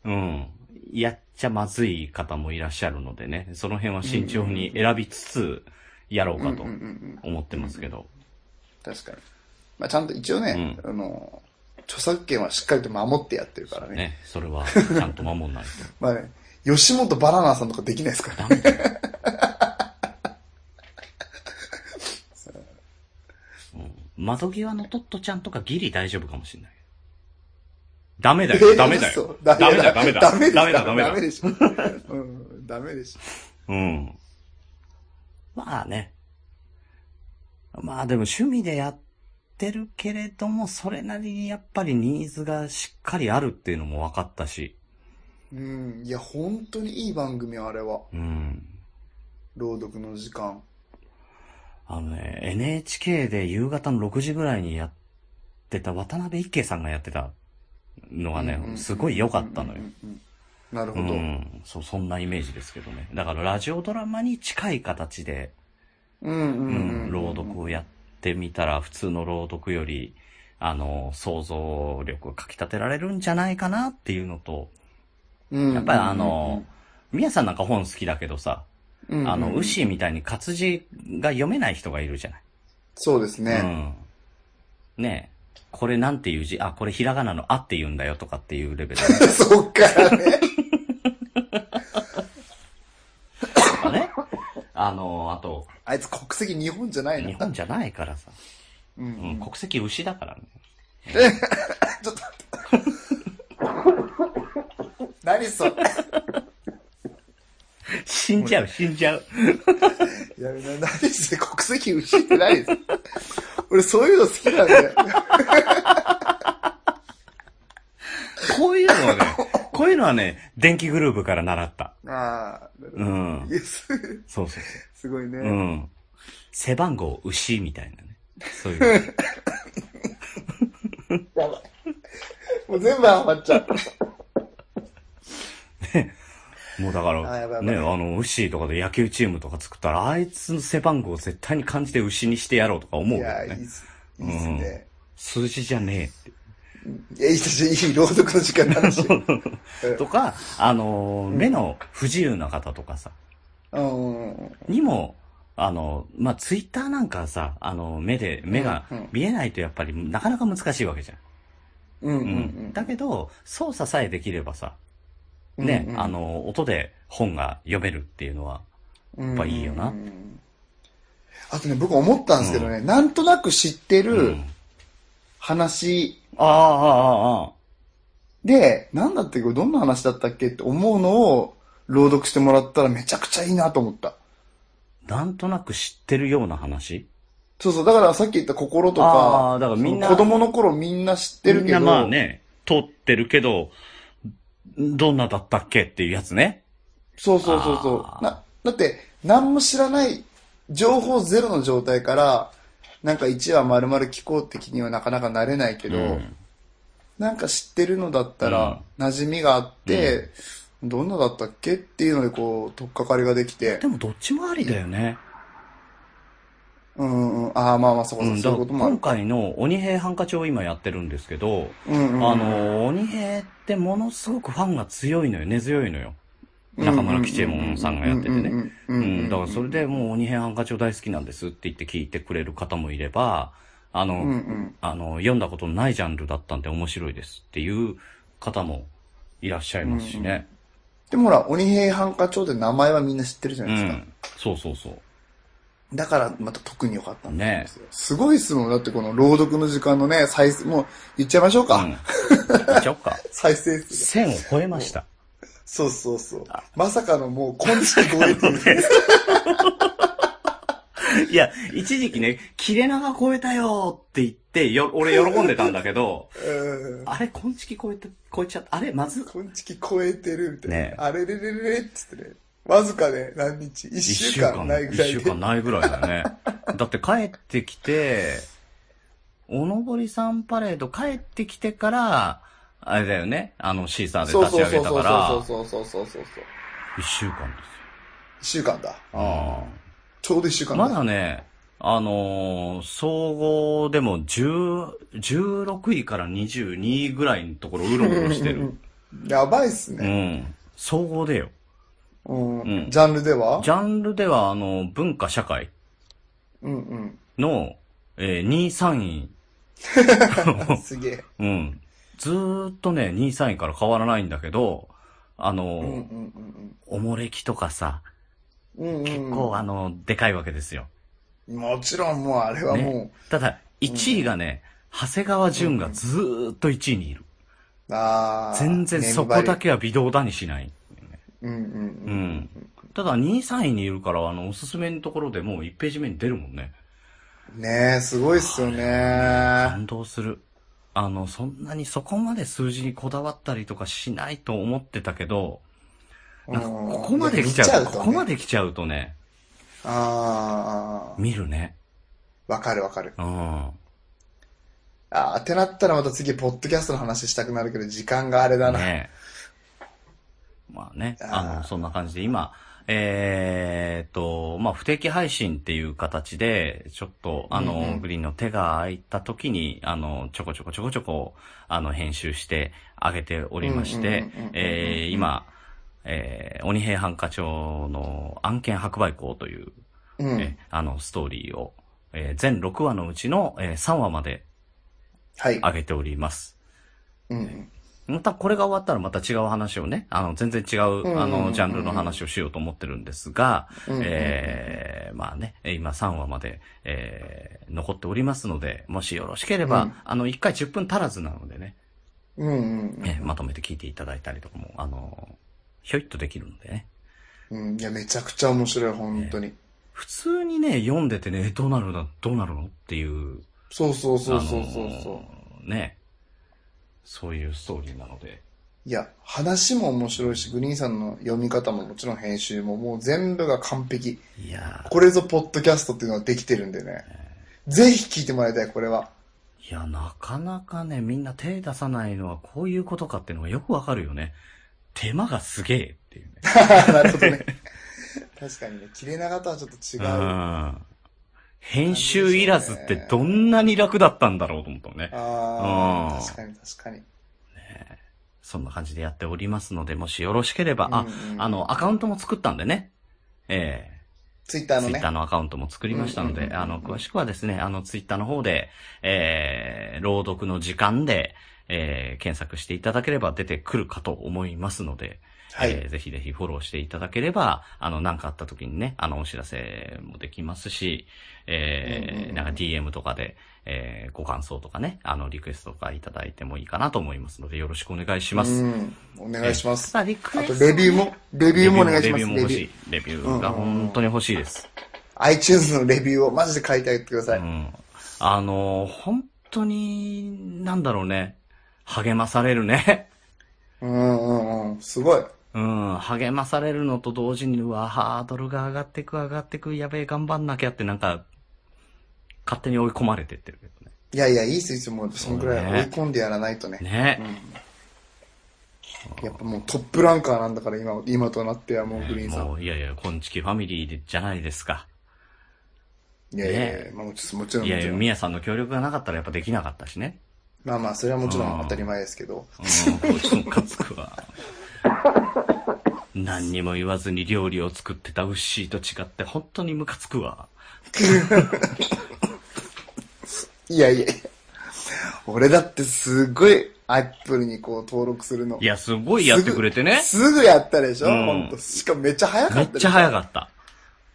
うん。やっちゃまずい方もいらっしゃるのでね、その辺は慎重に選びつつ、やろうかとうんうんうん。思ってますけど。確かに。まあちゃんと一応ね、あの、著作権はしっかりと守ってやってるからね。ね、それはちゃんと守んないと。まあね、吉本バナナさんとかできないです <laughs> から。ダメだよ。うん窓際のトットちゃんとかギリ大丈夫かもしれない。ダメだえよ、ダメだよ。<laughs> 嘘ダメだ。ダメだダメダメだダメだでしょ。うんダメでしょ。うん。まあね。まあでも趣味でやってるけれども、それなりにやっぱりニーズがしっかりあるっていうのも分かったし。うん。いや、本当にいい番組、あれは。うん。朗読の時間。あのね、NHK で夕方の6時ぐらいにやってた、渡辺一慶さんがやってたのがねうんう、んすごい良かったのよう。んうんうんなるうほど。うんん、そう、そんなイメージですけどね。だからラジオドラマに近い形で、うんうん、うん。朗読をやってみたら、普通の朗読より、あの、想像力をかき立てられるんじゃないかなっていうのと、うん。やっぱりあの、宮さんなんか本好きだけどさ、うん、うんあの、牛みたいに活字が読めない人がいるじゃない。そうですね。うん。ねえ。これなんていう字あ、これひらがなのあって言うんだよとかっていうレベル <laughs> そっからね。とか <laughs> ね。あの、あと、あいつ国籍日本じゃないの日本じゃないからさ。うんう。ん、国籍牛だ <laughs> からね。ちょっと待って。何それ。死んじゃう、死んじゃう。いや、な何して国籍牛ってないです。俺そういうの好きなんだよ。こういうのはね、こういうのはね、電気グループから習った。ああ、なるほうど。んい。やす <laughs> そうそうそすごいね。う。うん。背番号牛みたいなね。そういう。やばい。もう全部余っちゃう。もうだか <laughs> あやばら、いやばね、いあの、牛とかで野球チームとか作ったら、あいつの背番号を絶対に漢字で牛にしてやろうとか思ういよや、いいっね。す。いいっすね。数字じゃねえっいや、いいっ <laughs> すいい朗読の時間の話。て。とか、あの、目の不自由な方とかさ、うん。にも、あの、まあ、ツイッターなんかはさ、あの、目で、目がうんうん見えないとやっぱりなかなか難しいわけじゃん。うんうんううんん。だけど、操作さえできればさ、うんね、うんあの、音で本が読めるっていうのは、やっぱいいよな。あとね、僕思ったんですけどね、なんとなく知ってうるん話ああ、ああ、ああ。で、なんだってこれどんな話だったっけって思うのを朗読してもらったらめちゃくちゃいいなと思った。なんとなく知ってるような話そうそう、だからさっき言った心とか、あーだからみんなその子供の頃みんな知ってるけど、みんなまあね、通ってるけど、どんなだったっけっていうやつね。そうそうそうそあーう。な、だって、何も知らない、情報ゼロの状態から、なんか1話丸々聞こうって気にはなかなかなれないけど、うんなんか知ってるのだったら、馴染みがあって、どんなだったっけっていうので、こう、とっかかりができてで、もどっちもありだよね。うんうん、ああ、まあまあ、そうかうそう、ん、そだういからうこともあ今る。回の鬼平犯科帳を今やってるんですけど、うんうん、あ、の、鬼平ってものすごくファンが強いのよ、根強いのよ。中村吉右衛門さんがやっててね。うんううんうんん、だからそれでもう鬼平犯科帳大好きなんですって言って聞いてくれる方もいれば、あの、うんうん。あの、読んだことのないジャンルだったんで面白いですっていう方もいらっしゃいますしね。でもほら、鬼平犯科帳って名前はみんな知ってるじゃうないですか。ん。そうそうそう。だから、また特に良かったんですよ。すごいっすもん。だってこの朗読の時間のね、再生、もう言っちゃいましょうか。うん。行っちゃおっか。再生数。 1000を超えました。そうそうそう。まさかのもう、今月超えてる。 <laughs> いや、一時期ね、切れ長超えたよって言って、よ、俺喜んでたんだけど、うん。 <laughs> あれ、今月超えて、超えちゃった。あれ、まず、今月超えてるみたいな。ねあれれれれれっつってね。わずかで何日一一週週間間ないぐらい一で。週間ないぐらいだ <laughs> ね。だって帰ってきて、おのぼりさんパレード帰ってきてから、あれだよね。あの、シーサーでそう立ちそ上うそげうたそかうそうら、そうそうそうそう。一週間です一週間だ。よ。あちょうど一週間だ。まだね、あのー総合でも10 16位から22位ぐらいのところうろうろしてうんうる。んうんやばいっすうね。ん。総合でよ。うん。うんジャンルではジャンルでは、あの、文化社会うんの、えー2位、3位うん。すげえ。うん。ずーっとね、2位、3位から変わらないんだけど、あの、うんうんおもれきとかさ、うんうん。結結構あの、でかいわけですよ。もちろんもうあれはもう、ねただ、1位がね、長谷川淳がずーっと1位にいる。ああ。全然そこだけは微動だにしない。粘り。うんううんん。ただ2位、3位にいるから、あの、おすすめのところでもう1ページ目に出るもんね。うん。ねえ、すごいっすよね。感動する。あの、そんなにそこまで数字にこだわったりとかしないと思ってたけど、なんかここまで来ちゃう、ここまで。で来ちゃうとね、ああ。見るね。わかるわかる。うん。ああ、ってなったらまた次、ポッドキャストの話したくなるけど、時間があれだな。ねまあね、ああーの、そんな感じで今、えーっと、まあ、不定期配信っていう形で、ちょっと、あの、うんうんグリーンの手が空いた時に、あの、ちょこちょこちょこちょこ、あの、編集してあげておりましうてんうんうんうんうんうん、えー今、えー、鬼平犯科帳の案件白売校という、うん。えあの、ストーリーを、えー全6話のうちの、えー3話まではい。上げております。うんうん。またこれが終わったらまた違う話をね、あの、全然違うんうんうんう、うんあの、ジャンルの話をしようと思ってるんですが、うんうんうんえー、まあね、今3話まで、えー、残っておりますので、もしよろしければ、うんあの、1回10分足らずなのでね、うんうんえーまとめて聞いていただいたりとかも、あの、ひょいっとできるのでね。うん。うん。いや、めちゃくちゃ面白い、本当に。普通にね、読んでてね、えどうなるのどうなるのっていう、そうそうそうそうあそうのそう。ね、そういうストーリーなので、いや、話も面白いし、グリーンさんの読み方ももちろん編集ももう全部が完璧。いやーこれぞポッドキャストっていうのはできてるんでね。ぜひ聞いてもらいたい、これは。 <laughs> いや、なかなかね、みんな手出さないのはこういうことかっていうのがよくわかるよね。手間がすげえっていうね。なるほど <laughs> ね。確かにね、切れ長とはちょっと違うう。ん編集いらずってどんなに楽だったんだろうと思ったのね。あうあ、ん確かに確かに。そんな感じでやっておりますので、もしよろしければ、あ、うんうんあの、アカウントも作ったんでね。ええツイッターのツイねッター。のアカウントも作りましたのうんうんうんで、うんあの、詳しくはですね、あの、ツイッターの方で、えー、朗読の時間で、えー、検索していただければ出てくるかと思いますので、はいえーぜひぜひフォローしていただければ、あの、なんかあった時にね、あの、お知らせもできますし、えーうんうんうんなんか DM とかで、えー、ご感想とかね、あの、リクエストとかいただいてもいいかなと思いますので、よろしくお願いします。うん。お願いします。さああ、リクエストと、ね、レビューも、レビューもお願いしまレビュす、ーもレ欲ビしューい。。レビューが本当に欲しいです。 iTunes のレビューをマジで書いてあげてくださうい。ん。あのー、本当に、なんだろうね。励まされるね。うんうんうん。すごい。うん。励まされるのと同時に、うわ、ハードルが上がってく、上がってく、やべえ、頑張んなきゃって、なんか、勝手に追い込まれてってるけどいやいや、いいスイーツも、そのぐらい追い込んでやらないとね。ね。ね。やっぱもうトップランカーなんだから、今、今となってはもうグリーンさん。もう、いやいや、こんちきファミリーでじゃないですか。いやいやいや、まあもちろん、もちろん、いもやいちや、ろん。みやさんの協力がなかったらやっぱできなかったしね。まあまあ、それはもちろん当たり前ですけど。うん、こっちもかつくわ。何にも言わずに料理を作ってたウッシーと違って、本当にムカつくわ。いやいやいや。俺だってすごい、アップルにこう登録するの。いや、すごいやってくれてね。すぐすぐやったでしょ、うほんん、本当しかもめっちゃ早かめっったでちしょゃ早かった。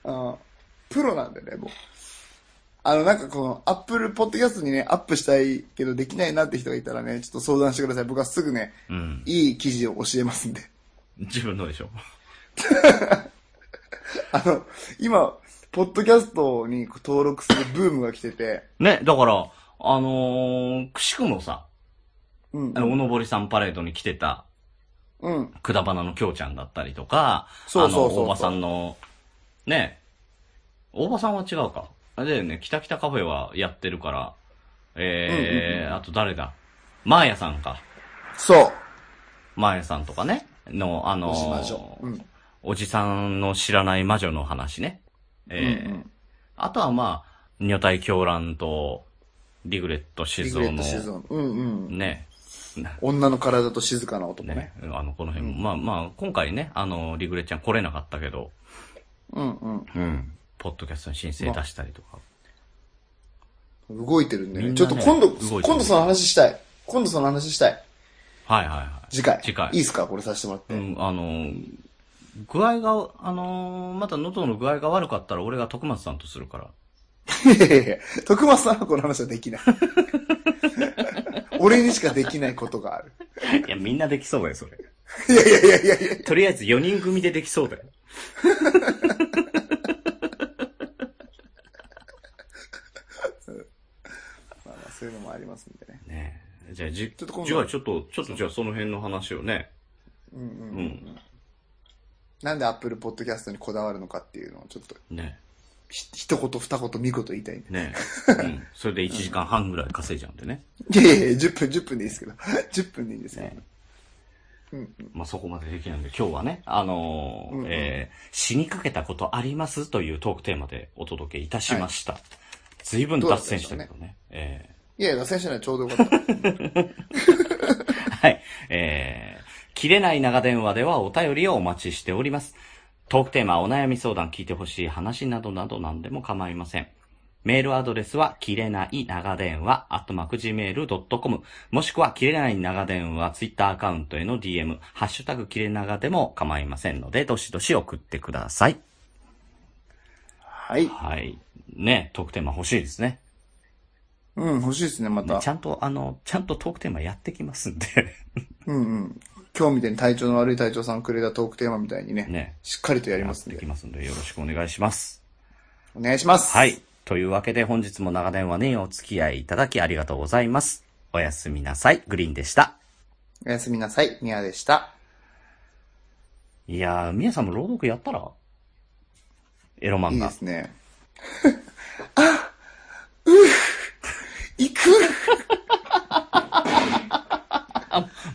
うんプロなんでね、もう。あの、なんかこの、アップルポッドキャストにね、アップしたいけどできないなって人がいたらね、ちょっと相談してください。僕はすぐね、うん。いい記事を教えますんで。 <laughs> 自分のでしょ。あの、今、ポッドキャストに登録するブームが来てて、ね、だから、あのー、くしくもさ、うんあ。のおのぼりさんパレードに来てた、うん。くだばなのきょうちゃんだったりとか、そうそうそうそうあの、大場さんの、ね、大場さんは違うか。あれだよね、きたきたカフェはやってるから、えー、あと誰だマーヤさんか。そう。マーヤさんとかね、の、あのおしましょーう。うん。おじさんの知らない魔女の話ね。えーうんうんあとはまあ、女体狂乱と、リグレット静リグレ雄ットシーズの、ン。うんうん。ね、女の体と静かな男ね。ね、あの、この辺も、まあまあ、今回ね、あの、リグレットちゃん来れなかったけど、うんうん。うん。ポッドキャストに申請出したりとか。動いてるんでね。みんなねちょっと今度、動いてる今度その話したい。今度その話したい。はいはいはい。次回。次回いいですかこれさせてもらって。うん、あの、具合が、あの、また喉の具合が悪かったら俺が徳松さんとするから。いやいやいや、徳松さんはこの話はできない。 <laughs> 俺にしかできないことがある。 <laughs> いや、みんなできそうだよ、それ。いやいやいやいやいや。とりあえず4人組でできそうだよ。まあまあそういうのもありますんでね。ねえじゃあ、じ、ちょっと今度じゃあ、ちょっと、ちょっと、じゃあ、その辺の話をね。うんうんうん。うんなんで Apple Podcast にこだわるのかっていうのをちょっとねひ一言二言三言言いたいんで。えね <laughs> えうん。それで1時間半ぐらい稼いじゃうんでね。いやいやいや、10分、10分でいいですけど。10分でいい <laughs> んですけど。ねうんうん。まあ、そこまでできないんで、今日はね、あのーうんうんえー死にかけたことありますというトークテーマでお届けいたしました。随分脱線したけどね。えーいやいや、選手ならちょうどよかった。はい。えー、切れない長電話ではお便りをお待ちしております。トークテーマ、お悩み相談、聞いてほしい話などなど何でも構いません。メールアドレスは、切れない長電話、アットマーク gmail.com、もしくは、切れない長電話、ツイッターアカウントへの DM、ハッシュタグ、切れ長でも構いませんので、どしどし送ってください。はい。はい。ね、トークテーマ欲しいですね。うん、欲しいですね、まねたち。ゃんと、あの、ちゃんとトークテーマやってきますんで。うんうん。今日みたいに体調の悪い隊長さんくれたトークテーマみたいにね、 <laughs> ねしっかりとやりやまっすんてきで。ますんで、よろしくお願いします。お願いします。はい。。というわけで本日も長電話にお付き合いいただきありがとうございます。おやすみなさい。グリーンでした。おやすみなさい、ミヤでした。いやー、みやさんも朗読やったらエロい漫い画。ですね。 <laughs> あ、うぅ、行く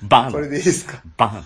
バこれンでいいですかバン